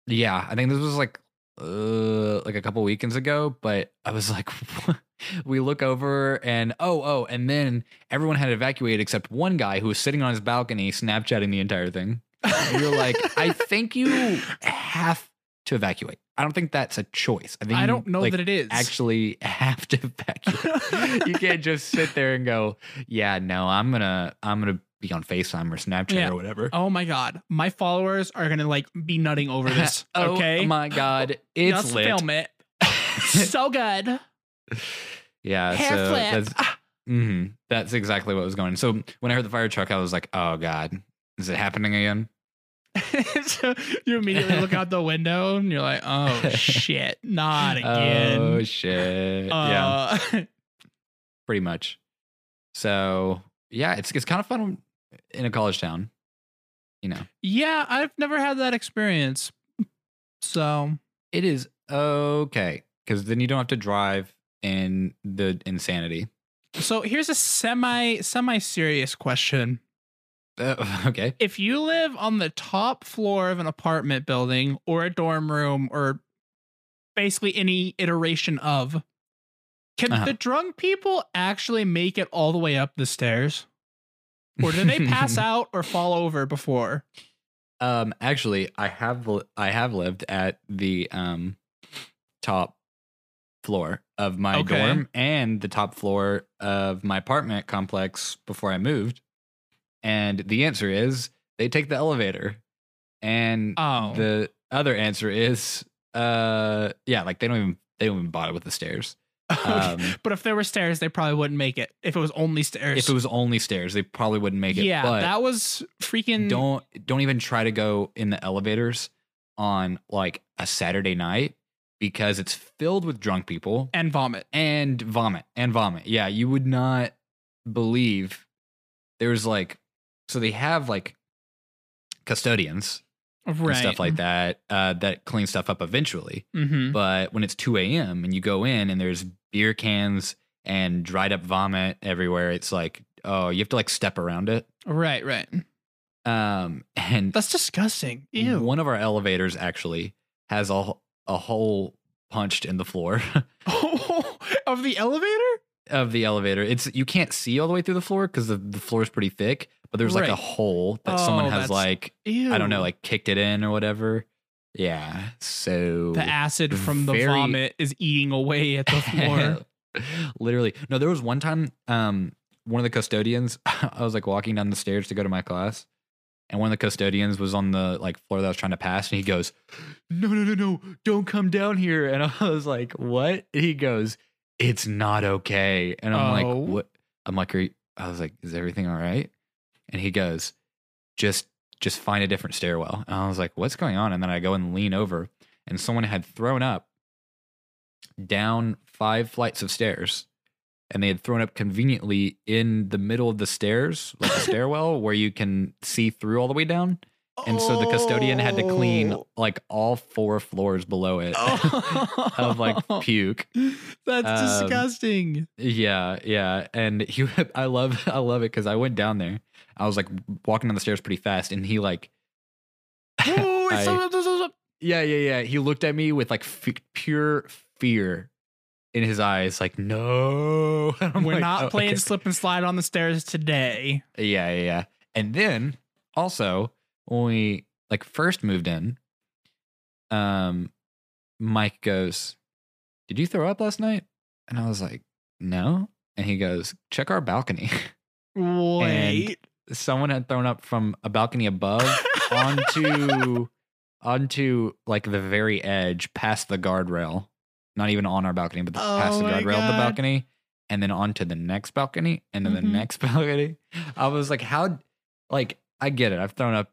C: Yeah, I think this was like uh like a couple weekends ago, but I was like [LAUGHS] we look over and oh oh and then everyone had evacuated except one guy who was sitting on his balcony snapchatting the entire thing. And you're
B: [LAUGHS]
C: like, I think you have to evacuate. I don't think that's a choice. I think
B: I don't know
C: like,
B: that it is. [LAUGHS]
C: actually have to evacuate. [LAUGHS] you can't just sit there and go, yeah, no, I'm going to I'm going to be on FaceTime or Snapchat
B: Yeah.
C: or whatever.
B: Oh my god, my followers are gonna like be nutting
C: [LAUGHS]
B: over this.
C: Oh
B: okay,
C: my god, it's
B: Just
C: lit. [LAUGHS]
B: film it. so good. [LAUGHS]
C: Yeah,
B: Hair
C: so
B: flip. Ah.
C: that's mhm. that's exactly what was going. on. So when I heard the fire truck, I was like, "Oh God, is it happening again?"
B: so you immediately look out the window and you're like,
C: [LAUGHS]
B: oh shit, not again. [LAUGHS]
C: Oh shit! yeah,
B: uh,
C: pretty much. So yeah, it's it's kind of fun in a college town, you know.
B: yeah, I've never had that experience. So
C: It is okay because then you don't have to drive in the insanity. [LAUGHS]
B: so here's a semi semi serious question.
C: Uh, okay,
B: If you live on the top floor of an apartment building or a dorm room or basically any iteration of, can
C: Uh-huh.
B: the drunk people actually make it all the way up the stairs? Or do they
C: [LAUGHS]
B: pass out or fall over before?
C: Um, actually, I have li- I have lived at the um top floor of my
B: Okay.
C: dorm and the top floor of my apartment complex before I moved, and the answer is they take the elevator, and
B: Oh. [LAUGHS]
C: the other answer is uh yeah like they don't even they don't even bother with the stairs. Um,
B: but if there were stairs, they probably wouldn't make it. If it was only stairs,
C: if it was only stairs, they probably wouldn't make it.
B: yeah,
C: but
B: that was freaking.
C: don't don't even try to go in the elevators on like a Saturday night because it's filled with drunk people
B: and vomit.
C: and vomit and vomit. Yeah, you would not believe there's like so they have like custodians
B: right.
C: and stuff like that uh, that clean stuff up eventually.
B: Mm-hmm.
C: But when it's 2 a.m. and you go in and there's beer cans and dried up vomit everywhere, it's like, oh, you have to like step around it.
B: Right, right.
C: Um, [LAUGHS] and
B: That's disgusting. Ew.
C: one of our elevators actually has a, h- a hole punched in the floor
B: [LAUGHS]
C: [LAUGHS]
B: of the elevator?
C: of the elevator. It's you can't see all the way through the floor because the, the floor is pretty thick, but there's like a
B: Right.
C: hole that someone
B: Oh,
C: has
B: that's-
C: like,
B: Ew.
C: I don't know, like kicked it in or whatever. Yeah. So
B: the acid from the
C: very-
B: vomit is eating away
C: [LAUGHS]
B: at the floor.
C: Literally. No, there was one time um one of the custodians, [LAUGHS] I was like walking down the stairs to go to my class, and one of the custodians was on the like floor that I was trying to pass, and he goes, No, no, no, no, don't come down here. And [LAUGHS] I was like, What? And he goes, It's not okay. And I'm
B: Oh.
C: like, What? I'm like, Are you, I was like, Is everything all right? And he goes, Just just find a different stairwell. And I was like, What's going on? And then I go and lean over, and someone had thrown up down five flights of stairs and they had thrown up conveniently in the middle of the stairs like
B: [LAUGHS]
C: a stairwell where you can see through all the way down and so the custodian had to clean
B: Oh.
C: like all four floors below it
B: Oh.
C: [LAUGHS]
B: [LAUGHS]
C: of like puke
B: That's
C: Um, [LAUGHS]
B: disgusting.
C: yeah yeah and he [LAUGHS] i love i love it because i went down there i was like walking down the stairs pretty fast and he like
B: Oh, it's
C: I-
B: so- so- so- so-
C: yeah yeah yeah he looked at me with like f- pure fear in his eyes like no [LAUGHS] And I'm
B: We're
C: like,
B: not
C: "Oh,
B: playing
C: okay."
B: slip and slide on the stairs today.
C: Yeah, yeah, yeah. And then also when we like first moved in, um, Mike goes, "Did you throw up last night?" And I was like, "No." And he goes, "Check our balcony. [LAUGHS]
B: Wait.
C: Someone had thrown up from a balcony above
B: [LAUGHS]
C: onto onto like the very edge, past the guardrail. Not even on our balcony, but the, past
B: Oh
C: the
B: my
C: guardrail of the
B: God.
C: balcony, and then onto the next balcony, and then
B: Mhm.
C: the next [LAUGHS] balcony. I was like, how? Like, I get it. I've thrown up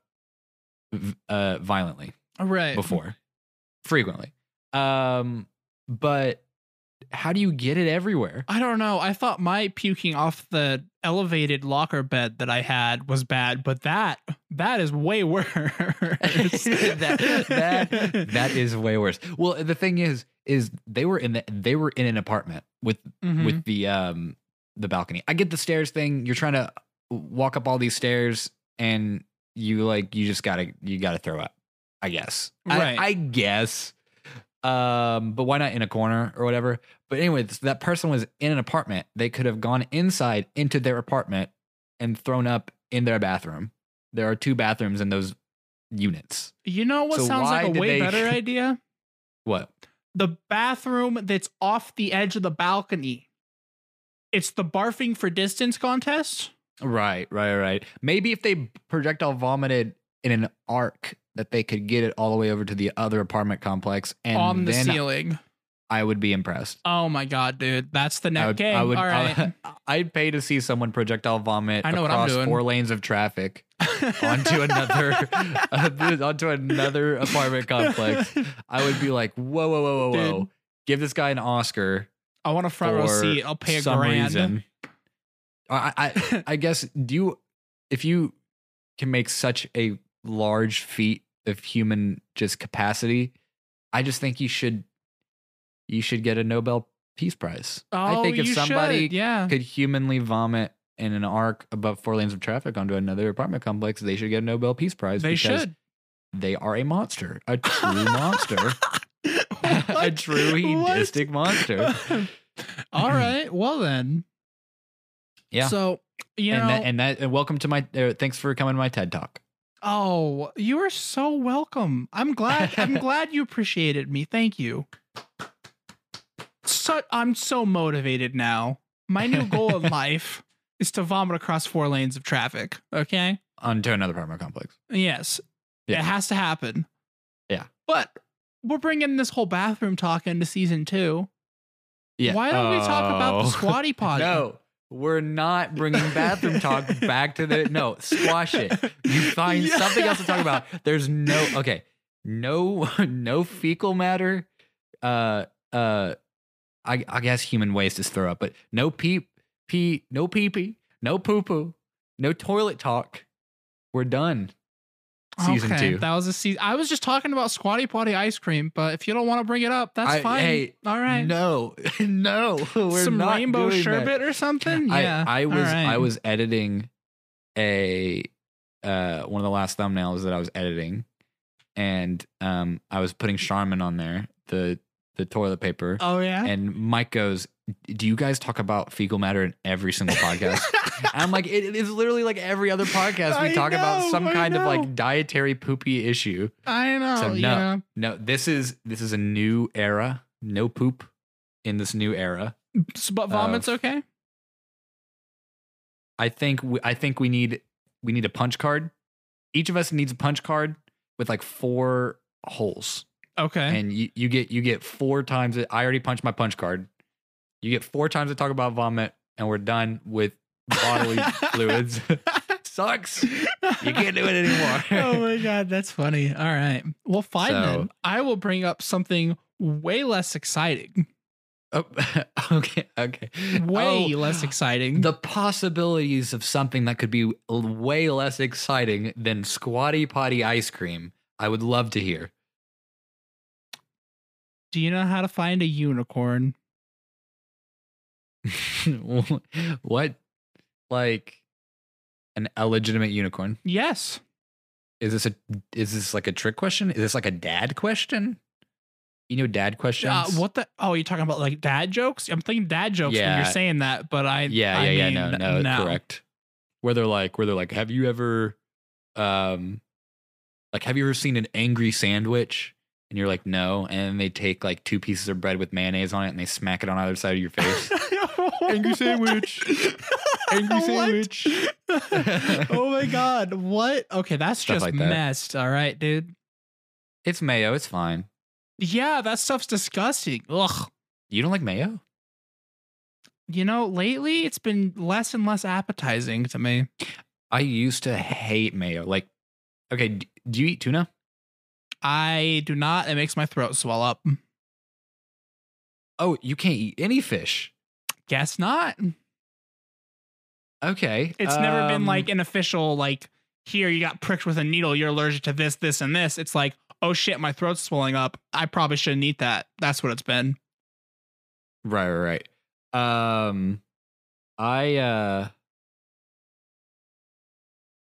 C: v- uh, violently
B: right.
C: before, frequently, um, but how do you get it everywhere?
B: I don't know. I thought my puking off the elevated locker bed that I had was bad, but that that is way [LAUGHS] worse.
C: [LAUGHS] that, that
B: [LAUGHS]
C: that is way worse. Well, the thing is, is they were in the, they were in an apartment with
B: Mhm.
C: with the um the balcony. I get the stairs thing. You're trying to walk up all these stairs and you like you just gotta you gotta throw up. I guess. I-
B: Right.
C: I, guess. Um, but why not in a corner or whatever? But anyways, that person was in an apartment. They could have gone inside into their apartment and thrown up in their bathroom. There are two bathrooms in those units.
B: You know what
C: So
B: sounds
C: why
B: like
C: did
B: a way
C: they- [LAUGHS]
B: better idea?
C: What?
B: The bathroom that's off the edge of the balcony. It's the barfing for distance contest.
C: Right, right, right. Maybe if they projectile vomited in an arc, that they could get it all the way over to the other apartment complex, and
B: on the
C: then
B: ceiling.
C: I would be impressed.
B: Oh my god, dude, that's the
C: I
B: next
C: would,
B: game.
C: I would, uh,
B: All right,
C: [LAUGHS] I would pay to see someone projectile vomit
B: I know what I'm
C: across
B: doing.
C: four lanes of traffic
B: [LAUGHS]
C: onto another [LAUGHS] onto another apartment complex. I would be like, whoa, whoa, whoa, whoa, whoa!
B: Dude.
C: Give this guy an Oscar
B: I want a front row
C: for
B: seat. I'll pay a
C: some
B: grand.
C: reason. I,
B: [LAUGHS]
C: I, I guess do you if you can make such a large feat of human just capacity, I just think you should you should get a Nobel Peace Prize.
B: Oh,
C: I think if
B: you
C: somebody
B: should, yeah,
C: could humanly vomit in an arc above four lanes of traffic onto another apartment complex, they should get a Nobel Peace Prize
B: they
C: because
B: should.
C: they are a monster,
B: [LAUGHS]
C: a true monster, [LAUGHS] a
B: What? [LAUGHS]
C: true
B: What?
C: hedonistic monster. [CLEARS THROAT]
B: All right, well then.
C: Yeah.
B: So [LAUGHS] you know,
C: and, that, and that and welcome to my uh, thanks for coming to my TED talk.
B: oh, you are so welcome. I'm glad.
C: [LAUGHS]
B: I'm glad you appreciated me. Thank you. So I'm so motivated now. My new goal
C: [LAUGHS]
B: in life is to vomit across four lanes of traffic. Okay.
C: onto another apartment complex.
B: Yes.
C: Yeah.
B: It has to happen.
C: Yeah.
B: But we're bringing this whole bathroom talk into season two. Why don't we talk about the squatty potty?
C: Oh. [LAUGHS] No, we're not bringing
B: [LAUGHS]
C: bathroom talk back to the no. Squash it. You find
B: Yeah.
C: something else to talk about. There's no okay. No, [LAUGHS] no fecal matter. Uh, uh, I I guess human waste is throw up, but no peep, pee, no pee pee, no poo poo, No toilet talk. We're done. Season
B: [LAUGHS] Okay,
C: two.
B: That was a season. I was just talking about squatty potty ice cream, but if you don't want to bring it up, that's
C: I-
B: fine.
C: hey,
B: All right.
C: No, [LAUGHS] no, we're
B: Some
C: not
B: rainbow
C: doing that.
B: sherbet or [LAUGHS] something. yeah.
C: I, I
B: all
C: was I
B: right.
C: was editing a uh one of the last thumbnails that I was editing, and um I was putting Charmin on there the the toilet paper,
B: Oh yeah.
C: and Mike goes, "Do you guys talk about fecal matter in every single podcast?" And I'm like, it, it is literally like every other podcast
B: [LAUGHS]
C: we
B: I
C: talk about
B: know,
C: some
B: I
C: kind of
B: know.
C: like dietary poopy issue.
B: I know.
C: So no,
B: yeah.
C: no, this is this is a new era. No poop in this new era.
B: S- But vomit's okay.
C: I think we, I think we need we need a punch card. Each of us needs a punch card with like four holes,
B: Okay.
C: and you, you get you get four times. It. I already punched my punch card. You get four times to talk about vomit, and we're done with
B: [LAUGHS]
C: bodily fluids. [LAUGHS] Sucks. You can't do it anymore.
B: [LAUGHS] oh my god, that's funny. All right. Well, fine
C: So-
B: then. I will bring up something way less
C: [LAUGHS]
B: exciting.
C: [LAUGHS] Oh, okay, okay.
B: Way
C: Oh,
B: less exciting.
C: The possibilities of something that could be l- way less exciting than squatty potty ice cream. I would love to hear.
B: Do you know how to find a unicorn?
C: [LAUGHS] what like an illegitimate unicorn
B: Yes.
C: is this a is this like a trick question is this like a dad question you know dad questions
B: Uh, what the? Oh, you're talking about like dad jokes? I'm thinking dad jokes when
C: Yeah.
B: you're saying that, but I
C: yeah
B: I
C: yeah yeah
B: mean,
C: no no, correct where they're like where they're like have you ever um like have you ever seen an angry sandwich and you're like no and they take like two pieces of bread with mayonnaise on it and they smack it on either side of
B: [LAUGHS]
C: your face Angry sandwich. [LAUGHS] Angry
B: What?
C: sandwich.
B: [LAUGHS] oh my god! What? Okay, that's
C: Stuff
B: just
C: like that.
B: messed. All right, dude.
C: it's mayo it's fine
B: Yeah, that stuff's disgusting. Ugh.
C: you don't like mayo
B: You know, lately it's been less and less appetizing to me.
C: I used to hate mayo. Like, okay, d- do you eat tuna?
B: I do not. It makes my throat swell up.
C: Oh, you can't eat any fish.
B: Guess not.
C: Okay,
B: It's never been
C: um,
B: like an official like here you got pricked with a needle, you're allergic to this, this, and this. It's like, oh shit, my throat's swelling up. I probably shouldn't eat that. That's what it's been.
C: right, right, right. Um, I uh,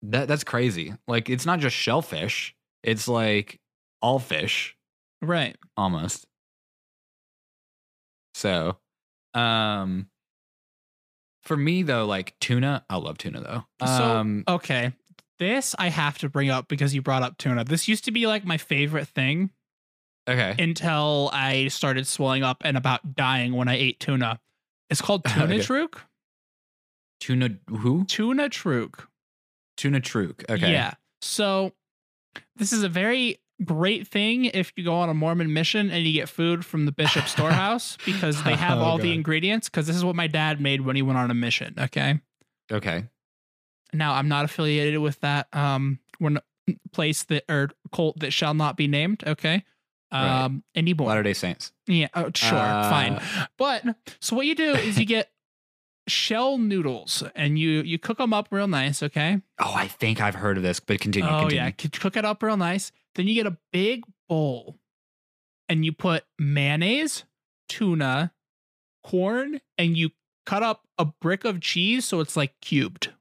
C: that that's crazy. Like, it's not just shellfish. It's like all fish
B: Right.
C: almost. So, um, for me though, like tuna, I love tuna though. Um,
B: so uh, okay. This I have to bring up because you brought up tuna. This used to be like my favorite thing
C: okay,
B: until I started swelling up and about dying when I ate tuna. It's called tuna
C: [LAUGHS] Okay.
B: truk.
C: tuna who?
B: Tuna truk.
C: Tuna truk. Okay.
B: Yeah. So this is a very great thing if you go on a Mormon mission and you get food from the
C: [LAUGHS]
B: bishop's storehouse because they have
C: Oh,
B: all the
C: God.
B: ingredients. Because this is what my dad made when he went on a mission. Okay.
C: Okay.
B: Now I'm not affiliated with that um one place that or cult that shall not be named. Okay.
C: Right.
B: Um, anymore.
C: Latter Day Saints.
B: Yeah, oh, sure,
C: Uh,
B: fine. But so what you do is you
C: [LAUGHS]
B: get shell noodles and you you cook them up real nice, okay?
C: Oh, I think I've heard of this, but continue.
B: oh
C: continue.
B: yeah, c- cook it up real nice. Then you get a big bowl, and you put mayonnaise, tuna, corn, and you cut up a brick of cheese so it's like cubed,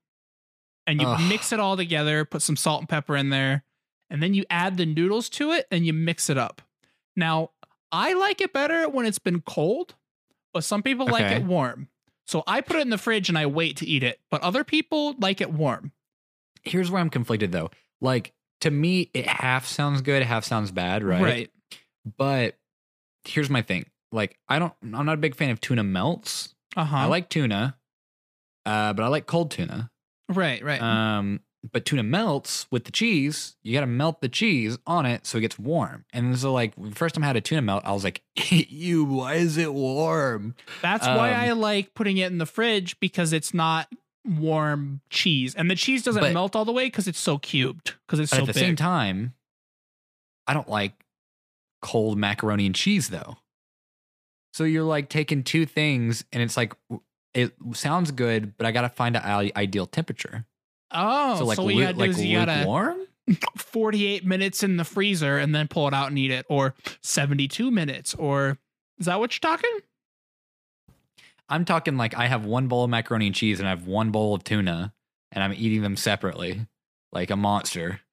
B: and you
C: Ugh.
B: mix it all together. Put some salt and pepper in there, and then you add the noodles to it and you mix it up. Now I like it better when it's been cold, but some people like
C: Okay.
B: it warm. So I put it in the fridge and I wait to eat it, but other people like it warm.
C: Here's where I'm conflicted though. Like to me, it half sounds good, half sounds bad, right?
B: Right.
C: But here's my thing. Like I don't, I'm not a big fan of tuna melts.
B: Uh huh.
C: I like tuna, uh, but I like cold tuna.
B: Right, right.
C: Um, but tuna melts with the cheese. You got to melt the cheese on it so it gets warm. And so, like, first time I had a tuna melt, I was like, [LAUGHS] "You, why is it warm?"
B: That's why
C: um,
B: I like putting it in the fridge because it's not warm cheese, and the cheese doesn't
C: But-
B: melt all the way because it's so cubed because it's
C: But
B: so
C: at the
B: big.
C: same time, I don't like cold macaroni and cheese though. So you're like taking two things, and it's like it sounds good, but I gotta find an ideal temperature.
B: Oh, so,
C: so like,
B: what you
C: lu-
B: gotta do
C: like
B: is you gotta
C: lukewarm?
B: 48 minutes in the freezer and then pull it out and eat it, or 72 minutes, or is that what you're talking?
C: I'm talking like I have one bowl of macaroni and cheese and I have one bowl of tuna and I'm eating them separately like a monster. [LAUGHS]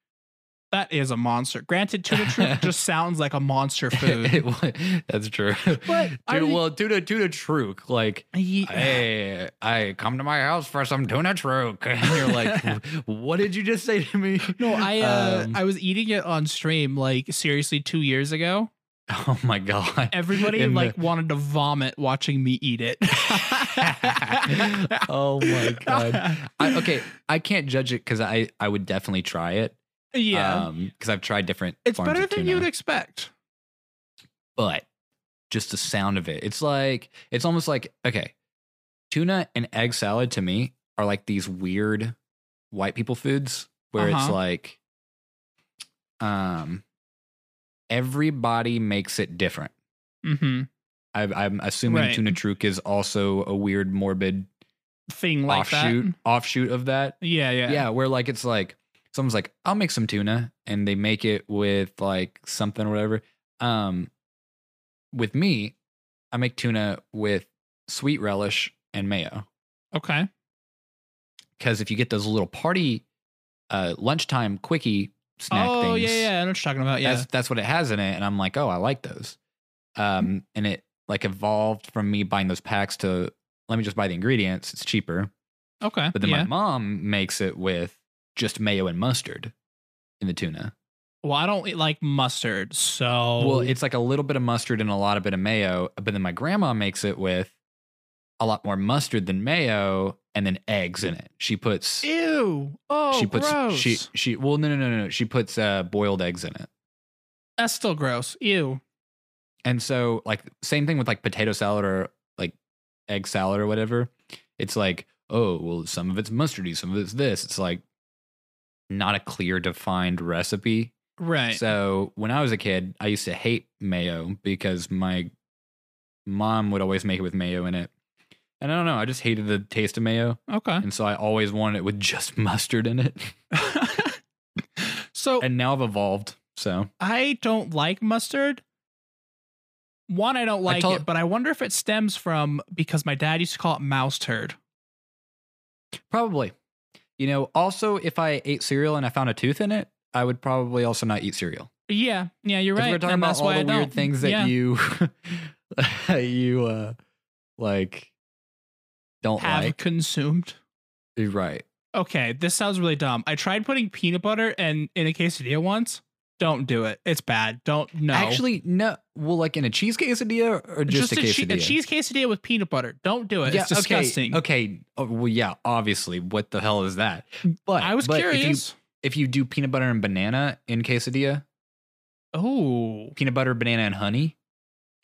B: That is a monster. Granted, tuna troop just sounds like a monster food.
C: It wa- That's true.
B: But,
C: Dude,
B: I mean-
C: well, tuna tuna truc like
B: Ye-
C: hey, I come to my house for some tuna truc. [LAUGHS] And you're like, what did you just say to me? [LAUGHS]
B: No, I uh,
C: Um,
B: I was eating it on stream like seriously two years ago.
C: oh my god,
B: Everybody
C: In the-
B: like [LAUGHS] wanted to vomit watching me eat it.
C: [LAUGHS] oh my god.
B: [LAUGHS]
C: I, okay, I can't judge it because I I would definitely try it.
B: yeah,
C: because I've tried different.
B: it's
C: forms
B: better
C: of
B: than
C: tuna.
B: you'd expect.
C: but just the sound of it. It's like it's almost like okay, tuna and egg salad to me are like these weird white people foods where it's
B: Uh-huh.
C: like um everybody makes it different.
B: hmm
C: I, I'm assuming
B: Right.
C: tuna truc is also a weird morbid
B: Thing like
C: offshoot
B: that.
C: offshoot of that.
B: Yeah, yeah,
C: yeah, where like it's like someone's like, I'll make some tuna, and they make it with like something or whatever. Um, with me, I make tuna with sweet relish and mayo
B: Okay.
C: because if you get those little party, uh, lunchtime quickie snack
B: oh
C: things,
B: yeah, yeah. I know what you're talking about. Yeah.
C: that's that's what it has in it, and I'm like, oh, I like those. Um, and it like evolved from me buying those packs to let me just buy the ingredients; it's cheaper.
B: okay.
C: But then
B: yeah.
C: my mom makes it with just mayo and mustard in the tuna.
B: Well, I don't eat, like mustard, so
C: Well, it's like a little bit of mustard and a lot of bit of mayo. But then my grandma makes it with a lot more mustard than mayo and then eggs in it. She puts
B: ew. Oh,
C: she puts
B: gross.
C: she she well no no no no no. she puts uh, boiled eggs in it.
B: That's still gross. Ew.
C: And so like same thing with like potato salad or like egg salad or whatever. It's like, oh, well some of it's mustardy, some of it's this. It's like not a clear defined recipe.
B: Right.
C: So when I was a kid, I used to hate mayo because my mom would always make it with mayo in it. And I don't know, I just hated the taste of mayo.
B: okay. [LAUGHS]
C: And so I always wanted it with [LAUGHS] just mustard in it.
B: so
C: And now I've evolved. So
B: I don't like mustard. One, I don't like
C: told-
B: it, but I wonder if it stems from because my dad used to call it mouse turd.
C: probably. You know, also if I ate cereal and I found a tooth in it, I would probably also not eat cereal.
B: Yeah, yeah, you're
C: If
B: right.
C: we're talking
B: and
C: about
B: that's
C: all
B: why
C: the
B: I
C: weird
B: don't.
C: things that
B: Yeah.
C: you [LAUGHS] you uh like don't
B: have
C: like.
B: consumed.
C: You're right.
B: Okay, this sounds really dumb. I tried putting peanut butter and in a quesadilla once. Don't do it. It's bad. Don't no.
C: Actually, no. Well, like in a cheese quesadilla or just, a
B: che-
C: quesadilla?
B: a cheese quesadilla with peanut butter. Don't do it. it's disgusting.
C: Okay. okay. Oh, well, yeah. Obviously, what the hell is that? But
B: I was
C: but
B: curious.
C: If you, if you do peanut butter and banana in quesadilla,
B: oh,
C: peanut butter, banana, and honey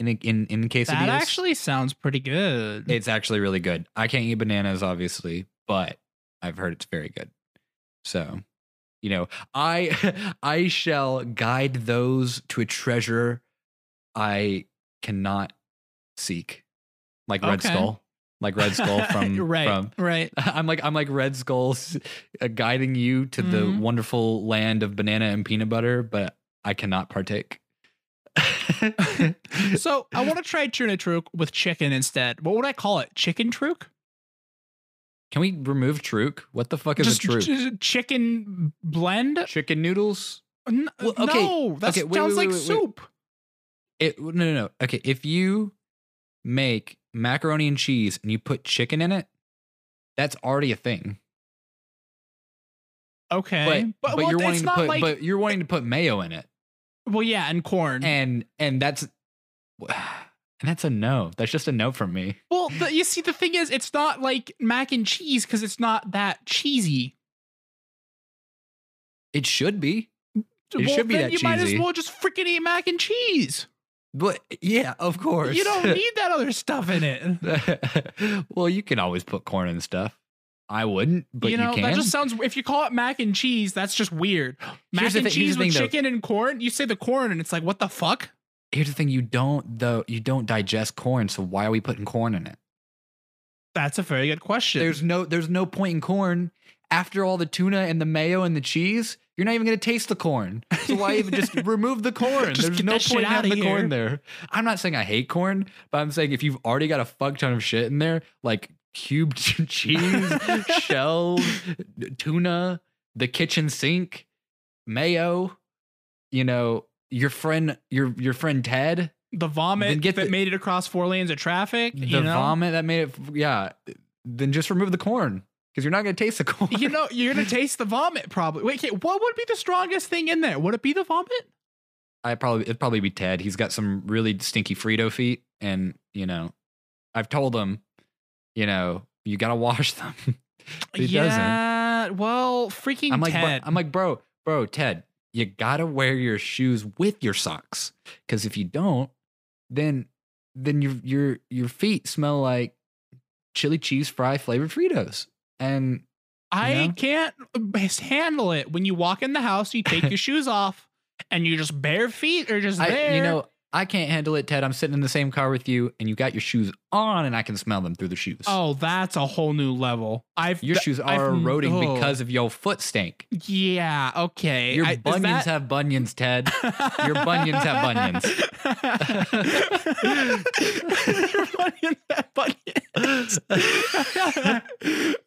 C: in in in quesadillas,
B: that actually sounds pretty good.
C: it's actually really good. I can't eat bananas, obviously, but I've heard it's very good. So, you know, I [LAUGHS] I shall guide those to a treasure I cannot seek, like Red
B: Okay.
C: Skull, like
B: [LAUGHS]
C: Red Skull from
B: right,
C: from. [LAUGHS]
B: right.
C: I'm like I'm like Red Skull, s- uh, guiding you to
B: Mhm.
C: the wonderful land of banana and peanut butter, but I cannot
B: [LAUGHS]
C: partake. [LAUGHS]
B: So I want to try tuna truc with chicken instead. What would I call it? Chicken truc?
C: Can we remove truc? What the fuck is
B: Just
C: a truc?
B: j- chicken blend?
C: Chicken noodles?
B: N-
C: Well, okay,
B: No, that
C: okay, wait,
B: sounds
C: wait,
B: like
C: wait, wait, wait.
B: soup.
C: It no no no. Okay, if you make macaroni and cheese and you put chicken in it, that's already a thing.
B: Okay,
C: But but,
B: well,
C: you're
B: it's
C: wanting to
B: not
C: put
B: like
C: but you're wanting to put mayo in it.
B: well, yeah, and corn.
C: And and that's [SIGHS] and that's a no. That's just a no from me.
B: well, the, you see, the thing is, it's not like mac and cheese because it's not that cheesy.
C: It should be. It
B: well,
C: should be
B: then
C: that
B: you might as
C: cheesy.
B: well just freaking eat mac and cheese.
C: But yeah, of course.
B: You
C: [LAUGHS]
B: don't need that other stuff in it.
C: well, you can always put corn and stuff. I wouldn't, but
B: you
C: you,
B: know,
C: can.
B: that just sounds. If you call it mac and cheese, that's just weird. Mac
C: Here's the
B: and
C: thi- here's
B: cheese
C: the
B: with
C: thing, though.
B: chicken and corn. You say the corn, and it's like, what the fuck?
C: Here's the thing: you don't though. You don't digest corn, so why are we putting corn in it?
B: That's a very good question.
C: There's no there's no point in corn after all the tuna and the mayo and the cheese, you're not even going to taste the corn. So why
B: [LAUGHS]
C: even just remove the corn?
B: Just
C: There's
B: get
C: no
B: that shit
C: point in having the
B: outta
C: corn
B: here.
C: there. I'm not saying I hate corn, but I'm saying if you've already got a fuck ton of shit in there, like
B: [LAUGHS]
C: cubed [LAUGHS] cheese, shell, tuna, the kitchen sink, mayo, you know, your friend your your friend Ted,
B: The
C: Then
B: vomit
C: get
B: that
C: the-
B: made it across four lanes of traffic.
C: the
B: you know?
C: vomit that made it yeah, then just remove the corn because you're not going to taste the [LAUGHS] corn.
B: [LAUGHS] You know, you're gonna taste the vomit probably. Wait, okay, what would be the strongest thing in there? Would it be the vomit?
C: I probably it'd probably be Ted. He's got some really stinky Frito feet, and you know, I've told him, you know, you gotta [LAUGHS] wash them. But he doesn't.
B: yeah. Well, freaking
C: I'm like, bro-
B: Ted.
C: I'm like, bro, bro, Ted, you gotta wear your shoes with your socks, because if you don't, then then your your your feet smell like chili cheese fry flavored Fritos, and
B: I
C: know?
B: can't handle it when you walk in the house, you
C: [LAUGHS]
B: take your shoes off, and you're just bare feet or just
C: I,
B: there.
C: you know. I can't handle it, Ted. I'm sitting in the same car with you, and you got your shoes on, and I can smell them through the shoes.
B: Oh, that's a whole new level. I've
C: Your
B: d-
C: shoes
B: I've-
C: are eroding
B: oh.
C: because of your foot stink.
B: Yeah. Okay.
C: Your
B: I- is
C: bunions
B: that-
C: have bunions, Ted. your bunions have bunions.
B: Your bunions have bunions. [LAUGHS]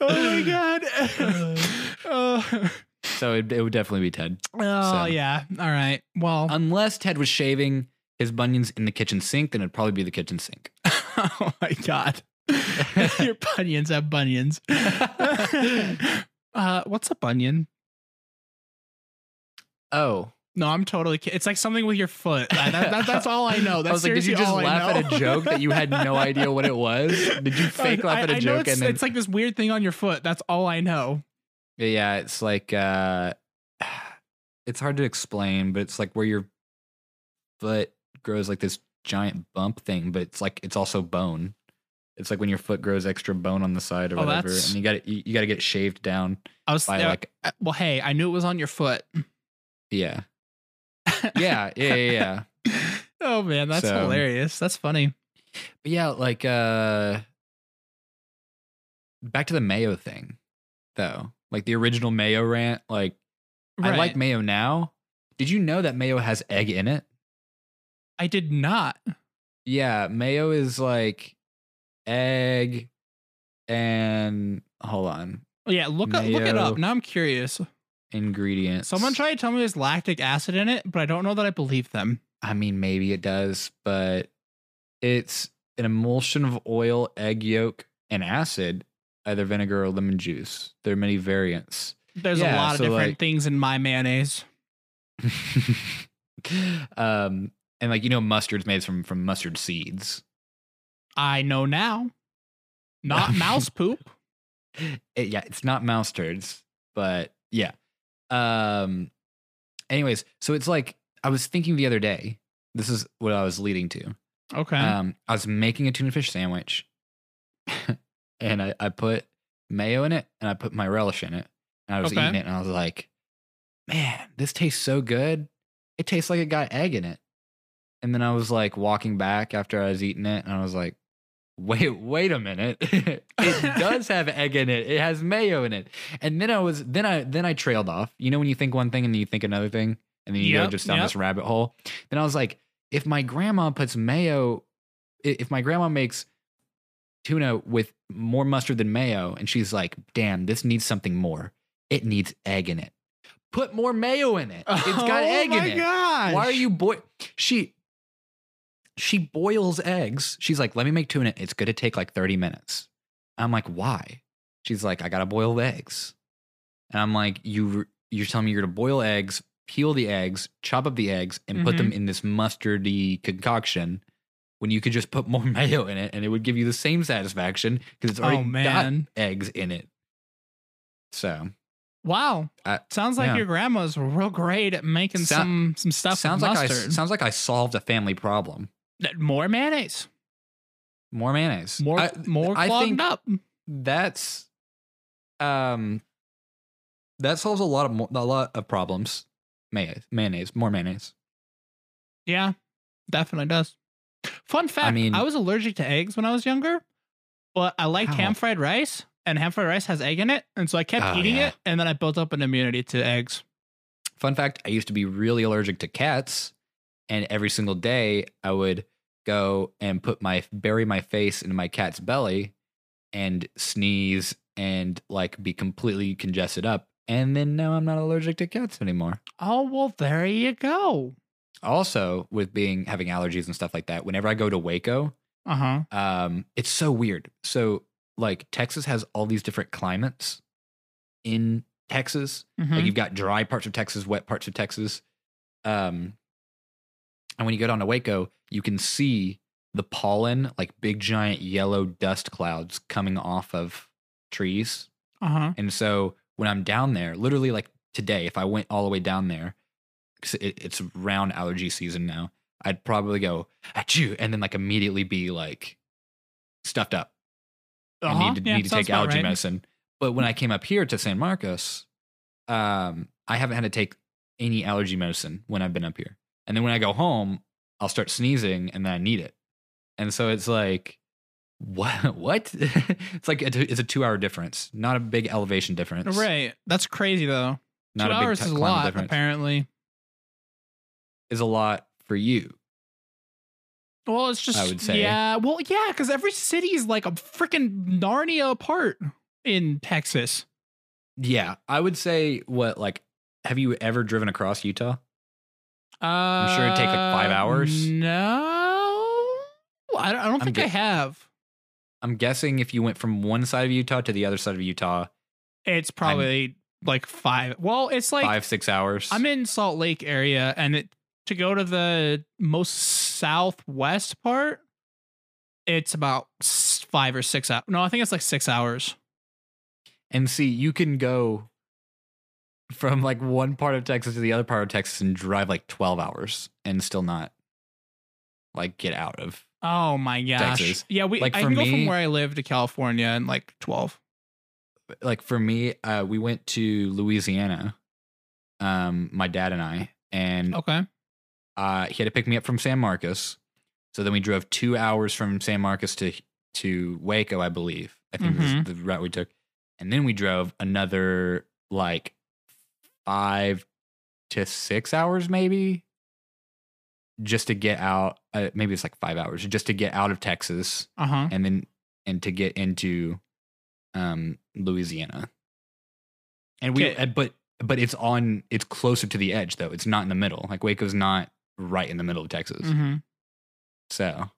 B: oh my god. [LAUGHS] oh,
C: so it, it would definitely be Ted.
B: Oh,
C: So.
B: yeah. All right. Well.
C: Unless Ted was shaving his bunions in the kitchen sink, then it'd probably be the kitchen sink.
B: [LAUGHS] oh my god. [LAUGHS] Your bunions have bunions. uh, what's a bunion?
C: Oh.
B: No, I'm totally. Kid- it's like something with your foot. That- that- that's all I know. That's
C: [LAUGHS] I was like, did
B: seriously
C: you just
B: all I
C: laugh at
B: know.
C: a joke that you had
B: [LAUGHS]
C: no idea what it was? Did you fake laugh
B: I-
C: at
B: I
C: a
B: know
C: joke
B: it's,
C: and then
B: it's like this weird thing on your foot. That's all I know.
C: Yeah, it's like uh [SIGHS] it's hard to explain, but it's like where your foot grows like this giant bump thing, but it's like it's also bone. It's like when your foot grows extra bone on the side or
B: Oh,
C: whatever,
B: that's-
C: and you got to you, you got to get it shaved down
B: I was
C: by
B: uh,
C: like
B: uh, well, hey, I knew it was on your foot.
C: yeah. yeah, yeah, yeah, yeah.
B: [LAUGHS] oh man, that's
C: So-
B: hilarious. That's funny.
C: But yeah, like uh back to the mayo thing though. Like the original mayo rant, like I like
B: Right.
C: mayo now. Did you know that mayo has egg in it?
B: I did not.
C: Yeah, mayo is like egg and hold on
B: Oh, Yeah, look up, look it
C: Mayo.
B: up. Now I'm curious.
C: ingredients.
B: Someone tried to tell me there's lactic acid in it, but I don't know that I believe them.
C: I mean, maybe it does, but it's an emulsion of oil, egg yolk, and acid, either vinegar or lemon juice. There are many variants. [LAUGHS]
B: There's
C: Yeah,
B: a lot of
C: so,
B: different
C: like-
B: things in my mayonnaise.
C: um, and like you know, mustard's made from from mustard seeds.
B: I know now.
C: [LAUGHS]
B: Not mouse poop.
C: it- yeah, it's not mouse turds, but yeah. Um anyways, so it's like I was thinking the other day, this is what I was leading to.
B: Okay.
C: Um I was making a tuna fish sandwich [LAUGHS] and I, I put mayo in it and I put my relish in it. And I was
B: Okay.
C: eating it and I was like, Man, this tastes so good. It tastes like it got egg in it. And then I was like walking back after I was eating it and I was like, wait, wait a minute. [LAUGHS] it
B: [LAUGHS]
C: does have egg in it. It has mayo in it. And then I was then I then I trailed off. You know when you think one thing and then you think another thing and then you go
B: Yep,
C: just down
B: yep.
C: this rabbit hole. Then I was like, if my grandma puts mayo i- if my grandma makes tuna with more mustard than mayo and she's like, "Damn, this needs something more. It needs egg in it. Put more mayo in it. It's got egg
B: [LAUGHS] oh my
C: in it."
B: Gosh.
C: Why are you boy? She she boils eggs. She's like, let me make tuna. It's going to take like thirty minutes. I'm like, why? She's like, I gotta boil the eggs. And I'm like, you you're telling me you're gonna boil eggs, peel the eggs, chop up the eggs, and put
B: Mm-hmm.
C: them in this mustardy concoction. When you could just put more [LAUGHS] mayo in it, and it would give you the same satisfaction because it's
B: Oh,
C: already
B: man.
C: got eggs in it. So
B: Wow.
C: I-
B: sounds like
C: yeah.
B: your grandma's real great at making
C: Sou-
B: some some stuff
C: sounds
B: with
C: like I
B: mustard.
C: sounds like I solved a family problem.
B: That- more mayonnaise.
C: More mayonnaise.
B: More
C: I-
B: more
C: I
B: clogged
C: think-
B: up.
C: that's um that solves a lot of mo- a lot of problems. Mayonnaise, mayonnaise, more mayonnaise.
B: Yeah. Definitely does. Fun fact, I,
C: mean-
B: was allergic to eggs when I was younger, but I liked
C: How?
B: ham fried rice. and ham fried rice has egg in it, and so I kept
C: Oh,
B: eating
C: yeah.
B: it, and then I built up an immunity to eggs.
C: Fun fact I used to be really allergic to cats, and every single day I would go and put my bury my face in my cat's belly and sneeze and like be completely congested up. And then now I'm not allergic to cats anymore.
B: Oh well, there you go.
C: Also, with being having allergies and stuff like that, whenever I go to Waco,
B: Uh huh.
C: um, it's so weird. So like Texas has all these different climates in Texas.
B: mm-hmm, Hmm?
C: Like you've got dry parts of Texas, wet parts of Texas. Um, and when you go down to Waco, you can see the pollen, like big giant yellow dust clouds coming off of trees.
B: Uh huh.
C: And so when I'm down there, literally like today, if I went all the way down there, 'cause it, it's round allergy season now, I'd probably go achoo and then like immediately be like stuffed up. I
B: Uh-huh.
C: need to, need to take allergy medicine. But when I came up here to San Marcos, um, I haven't had to take any allergy medicine when I've been up here. And then when I go home, I'll start sneezing and then I need it. And so it's like, [LAUGHS] what? What? [LAUGHS] it's like a, t- it's a two hour difference, not a big elevation difference,
B: Right. That's crazy though.
C: Not
B: Two
C: a big
B: hours
C: t-
B: is a
C: climate
B: lot,
C: difference.
B: apparently.
C: Is a lot for you.
B: Well, it's just
C: I would say.
B: yeah. Well, yeah, because every city is like a freaking Narnia apart in Texas.
C: Yeah, I would say what like. Have you ever driven across Utah?
B: Uh,
C: sure it'd take, like, five hours.
B: No, Uh, I don't, I don't
C: I'm
B: think I
C: gu-
B: have.
C: I'm guessing if you went from one side of Utah to the other side of Utah,
B: It's probably like five. Well, it's like
C: five six hours.
B: I'm in Salt Lake area, and it, to go to the most southwest part, it's about s- five or six hours. No, I think it's like six hours.
C: and see you can go from like one part of texas to the other part of texas and drive like 12 hours and still not like get out of
B: Oh my gosh!
C: Texas.
B: Yeah, we.
C: Like,
B: I
C: for
B: can go
C: me-
B: from where I live to California in like twelve.
C: like for me uh we went to louisiana um my dad and i and
B: Okay.
C: uh he had to pick me up from san marcos so then we drove two hours from san marcos to to waco i believe i think
B: Mhm.
C: was the route we took and then we drove another like five to six hours maybe just to get out uh, maybe it's like five hours just to get out of texas
B: Uh huh.
C: and then and to get into um louisiana and we
B: Okay.
C: uh, but but it's on it's closer to the edge though it's not in the middle like waco's not right in the middle of texas
B: hmm
C: so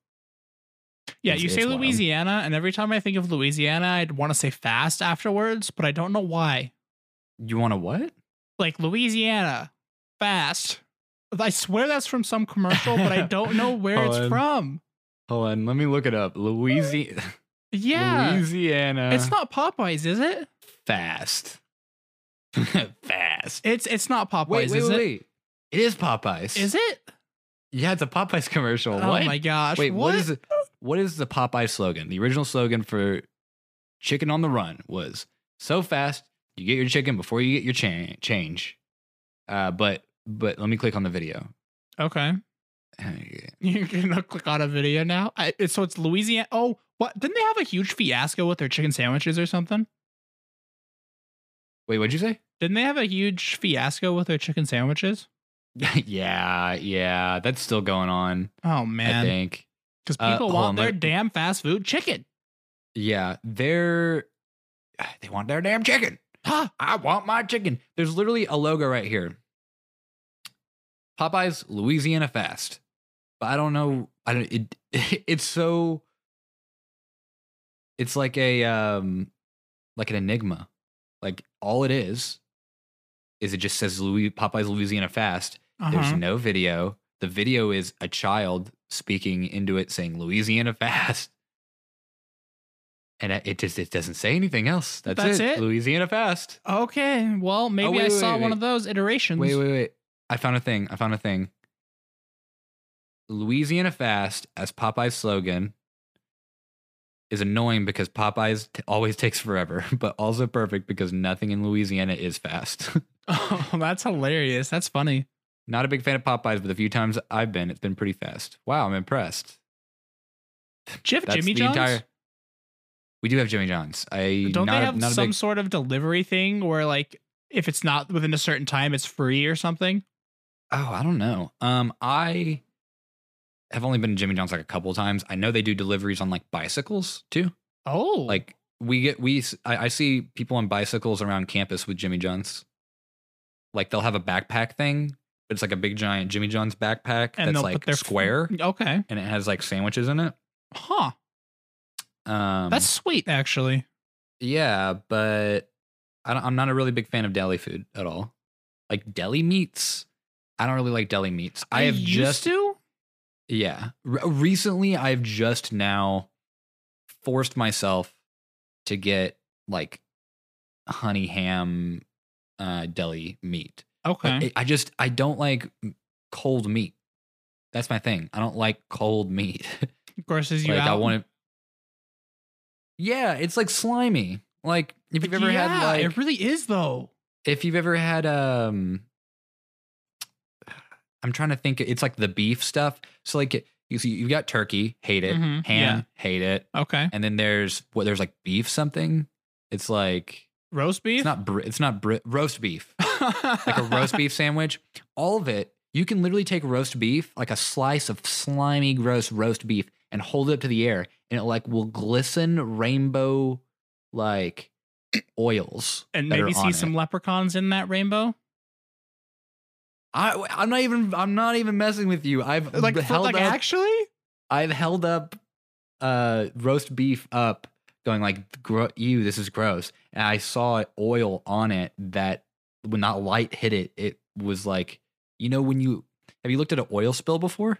B: Yeah,
C: It's-
B: you say
C: it's wild.
B: Louisiana, and every time I think of Louisiana, I'd want to say fast afterwards, but I don't know why.
C: you want to what
B: Like Louisiana, fast. I swear that's from some commercial,
C: [LAUGHS]
B: but I don't know where it's
C: Hold on.
B: from.
C: hold on let me look it up louisiana
B: Yeah.
C: louisiana
B: It's not Popeyes, is it?
C: fast [LAUGHS] fast
B: It's it's not Popeyes,
C: wait wait
B: is
C: wait,
B: it?
C: wait. it is popeyes
B: Is it?
C: yeah it's a popeyes commercial
B: Oh
C: what
B: my gosh.
C: Wait,
B: what
C: what is the, what is the Popeye slogan? The original slogan for Chicken on the Run was "So fast you get your chicken before you get your cha- change." Uh, but but let me click on the video. [LAUGHS]
B: Okay. [LAUGHS] You're gonna click on a video now? I, it's, so it's Louisiana. Oh, what? Didn't they have a huge fiasco with their chicken sandwiches or something?
C: Wait, what'd you say? [LAUGHS]
B: Didn't they have a huge fiasco with their chicken sandwiches?
C: yeah, yeah, that's still going on.
B: Oh
C: I
B: man,
C: think.
B: because
C: Uh,
B: people
C: hold
B: want
C: on,
B: their
C: let-
B: damn fast food chicken.
C: Yeah, they're [SIGHS] they want their damn chicken.
B: Huh?
C: I want my chicken. There's literally a logo right here. Popeyes Louisiana Fast. But I don't know. I don't it [LAUGHS] it's so it's like a um like an enigma. Like all it is is it just says Louis Popeyes Louisiana Fast. There's
B: Uh-huh.
C: no video. The video is a child speaking into it saying Louisiana Fast. And I- it just it doesn't say anything else. That's,
B: That's
C: it.
B: it?
C: Louisiana Fast.
B: Okay, well maybe I
C: Oh, wait,
B: saw one
C: wait, wait.
B: of those iterations.
C: Wait, wait, wait. I found a thing. I found a thing. Louisiana Fast as Popeye's slogan is annoying because Popeye's t- always [LAUGHS] takes forever, but also perfect because nothing in Louisiana is fast.
B: [LAUGHS]
C: [LAUGHS]
B: Oh, that's hilarious. That's funny.
C: Not a big fan of Popeyes, but the few times I've been, it's been pretty fast. Wow, I'm impressed.
B: Jif
C: That's
B: Jimmy
C: the
B: John's.
C: entire. We do have Jimmy John's. I
B: Don't
C: not
B: they
C: a-
B: have
C: not a
B: some
C: big-
B: sort of delivery thing where like if it's not within a certain time, it's free or something?
C: Oh, I don't know. Um, I have only been to Jimmy John's like a couple of times. I know they do deliveries on like bicycles too.
B: Oh,
C: Like we get we s- I, I see people on bicycles around campus with Jimmy John's. Like they'll have a backpack thing, but it's like a big giant Jimmy John's backpack
B: and
C: that's
B: they'll
C: like
B: put their
C: square
B: Okay,
C: and it has like sandwiches in it.
B: huh?
C: Um,
B: That's sweet, actually.
C: yeah, but I don't, I'm not a really big fan of deli food at all. Like deli meats, I don't really like deli meats. I, have
B: used
C: just
B: to.
C: Yeah. Re- recently, I've just now forced myself to get like honey ham uh, deli meat.
B: Okay,
C: Like, I, I just, I don't like m- cold meat. That's my thing. I don't like cold meat. [LAUGHS]
B: grosses you
C: like,
B: out.
C: I want to. Yeah, it's like slimy. Like, if
B: But
C: you've ever had
B: yeah,
C: like
B: it really is though.
C: if you've ever had um i'm trying to think it's like the beef stuff so like you see you've got turkey hate it
B: Mhm,
C: ham
B: yeah.
C: hate it
B: Okay,
C: and then there's what there's like beef something it's like
B: roast beef.
C: it's not br- it's not br- roast beef like a roast beef sandwich all of it you can literally take roast beef like a slice of slimy gross roast beef and hold it up to the air and it like will glisten rainbow like oils
B: and
C: that are
B: maybe
C: on
B: see
C: it.
B: some leprechauns in that rainbow.
C: I, I'm not even I'm not even messing with you. I've
B: Like, for-
C: held
B: like
C: up
B: actually,
C: I've held up uh roast beef up, going like, "Gro- "Ew, this is gross." And I saw oil on it that when that light hit it, it was like, you know, when you have you looked at an oil spill before?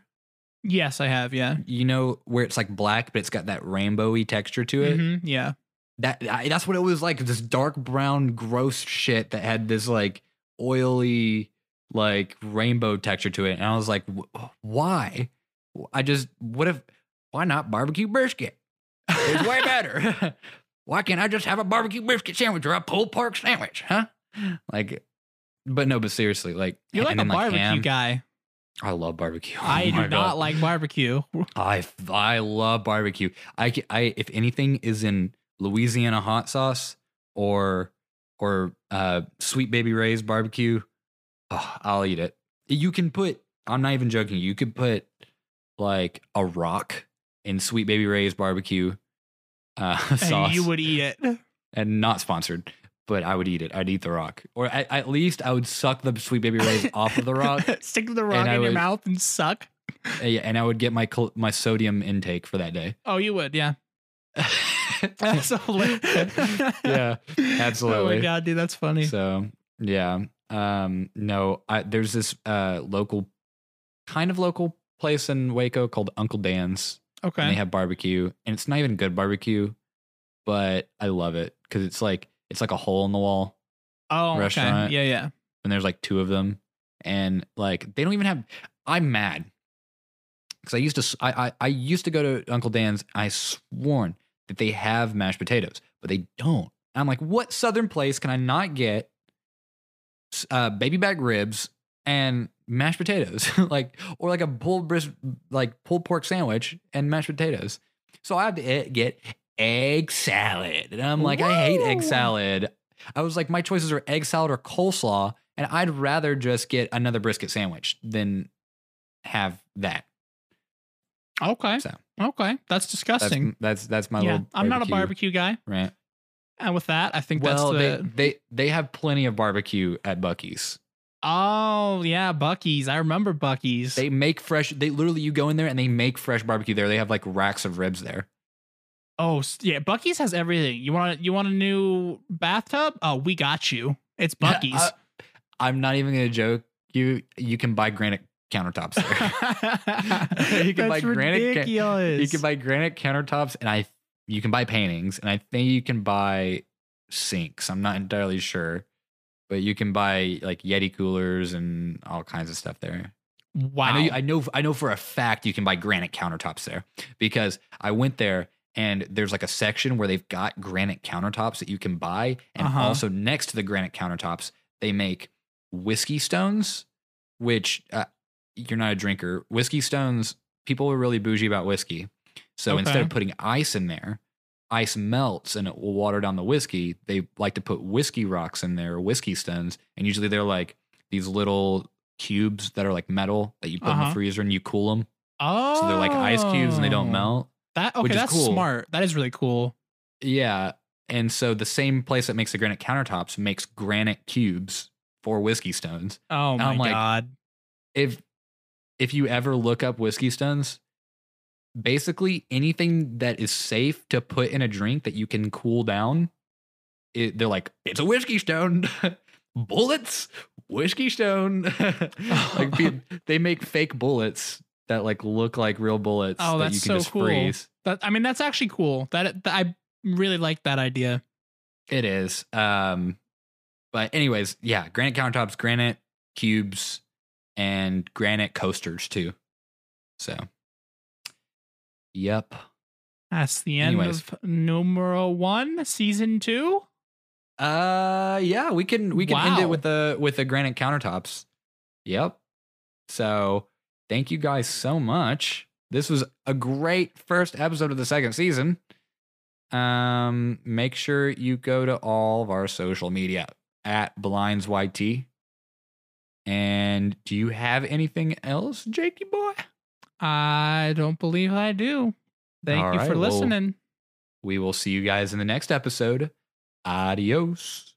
B: yes, I have. Yeah,
C: You know where it's like black, but it's got that rainbowy texture to it.
B: Mhm, yeah.
C: That I, that's what it was like. This dark brown, gross shit that had this like oily, like rainbow texture to it. And I was like, "Wh- why? I just what if? Why not barbecue brisket? It's way better. [LAUGHS] why can't I just have a barbecue brisket sandwich or a pulled pork sandwich? Huh? Like, but no, but seriously, like
B: [LAUGHS] You're like
C: and
B: a
C: then,
B: barbecue
C: ham.
B: guy.
C: I love barbecue.
B: I
C: Oh
B: do
C: my
B: not
C: God.
B: like
C: [LAUGHS]
B: barbecue.
C: I I love barbecue. I c- I- if anything is in Louisiana hot sauce or or uh sweet baby Ray's barbecue, oh, I'll eat it. You can put I'm not even joking. You could put like a rock in sweet baby Ray's barbecue uh [LAUGHS] sauce
B: And you would eat it.
C: and not sponsored. But I would eat it. I'd eat the rock, or at, at least I would suck the sweet baby rays off of the rock,
B: [LAUGHS] Stick the rock
C: And I
B: in your
C: would-
B: mouth and suck.
C: eh, and I would get my col- my sodium intake for that day.
B: Oh, you would, [LAUGHS] yeah. [LAUGHS] Absolutely.
C: yeah,
B: Oh
C: absolutely.
B: my god, dude, that's funny.
C: [LAUGHS] So yeah, um, no, I, there's this uh, local, kind of local place in Waco called Uncle Dan's, and they
B: okay.
C: have barbecue, and it's not even good barbecue, but I love it because it's like it's like a hole in the wall,
B: Oh,
C: restaurant.
B: okay. Yeah, yeah.
C: and there's like two of them, and like they don't even have. I'm mad because I used to s- I, I I used to go to Uncle Dan's. I sworn that they have mashed potatoes, but they don't. And I'm like, what southern place can I not get s- uh, baby back ribs and mashed potatoes, [LAUGHS] like or like a pulled bris- like pulled pork sandwich and mashed potatoes? So I had to e- get egg salad, and I'm like, I hate egg
B: Whoa.
C: salad. I was like, my choices are egg salad or coleslaw, and I'd rather just get another brisket sandwich than have that.
B: Okay.
C: So-
B: Okay. That's
C: That's
B: disgusting.
C: that's, that's my
B: yeah.
C: little.
B: I'm not a barbecue guy.
C: Right.
B: And with that, I think
C: Well,
B: that's
C: they,
B: the
C: they they have plenty of barbecue at Bucky's.
B: Oh yeah, Bucky's. I remember Bucky's.
C: They make fresh. They literally you go in there and they make fresh barbecue there. They have like racks of ribs
B: [LAUGHS]
C: there.
B: Oh s- yeah, Bucky's has everything. You want you want a new bathtub? Oh, we got you. It's Bucky's.
C: I, I'm not even gonna joke. You you can buy granite countertops
B: [LAUGHS]
C: there.
B: [LAUGHS]
C: [LAUGHS]
B: you
C: can buy granite ca-
B: ridiculous.
C: you can buy granite countertops and I you can buy paintings and I think you can buy sinks. I'm not entirely sure, but you can buy like Yeti coolers and all kinds of stuff there.
B: wow.
C: I know, you, I know, I know for a fact you can buy granite countertops there because I went there and there's like a section where they've got granite countertops that you can buy, and
B: Uh-huh.
C: also next to the granite countertops they make whiskey stones, which uh, you're not a drinker. Whiskey stones, people are really bougie about whiskey, so instead
B: Okay.
C: of putting ice in there, ice melts and it will water down the whiskey, they like to put whiskey rocks in there, whiskey stones, and usually they're like these little cubes that are like metal that you put in
B: Uh-huh.
C: the freezer and you cool them,
B: Oh,
C: so they're like ice cubes and they don't melt.
B: That
C: which
B: okay,
C: is
B: that's
C: cool.
B: smart. That is really cool.
C: Yeah. And so the same place that makes the granite countertops makes granite cubes for whiskey stones.
B: Oh my
C: I'm like-
B: god.
C: If if you ever look up whiskey stones, basically anything that is safe to put in a drink that you can cool down, it, they're like, it's a whiskey stone. [LAUGHS] bullets, whiskey stone. [LAUGHS]
B: [LAUGHS]
C: like pe- they make fake bullets that like look like real bullets
B: Oh,
C: that
B: that's
C: you can
B: so
C: just
B: cool.
C: freeze.
B: That I mean, that's actually cool. That, that I really like that idea.
C: It is. Um, but anyways, yeah, granite countertops, granite cubes, and granite coasters too. So, yep.
B: That's the end
C: Anyways.
B: of numero one, season two.
C: Uh, yeah, we can we can end it
B: Wow.
C: with the with the granite countertops. Yep. So, thank you guys so much. This was a great first episode of the second season. Um, make sure you go to all of our social media at Blinds YT. And do you have anything else, Jakey boy?
B: I don't believe I do. Thank
C: All
B: you for
C: right, well-
B: listening.
C: We will see you guys in the next episode. Adios.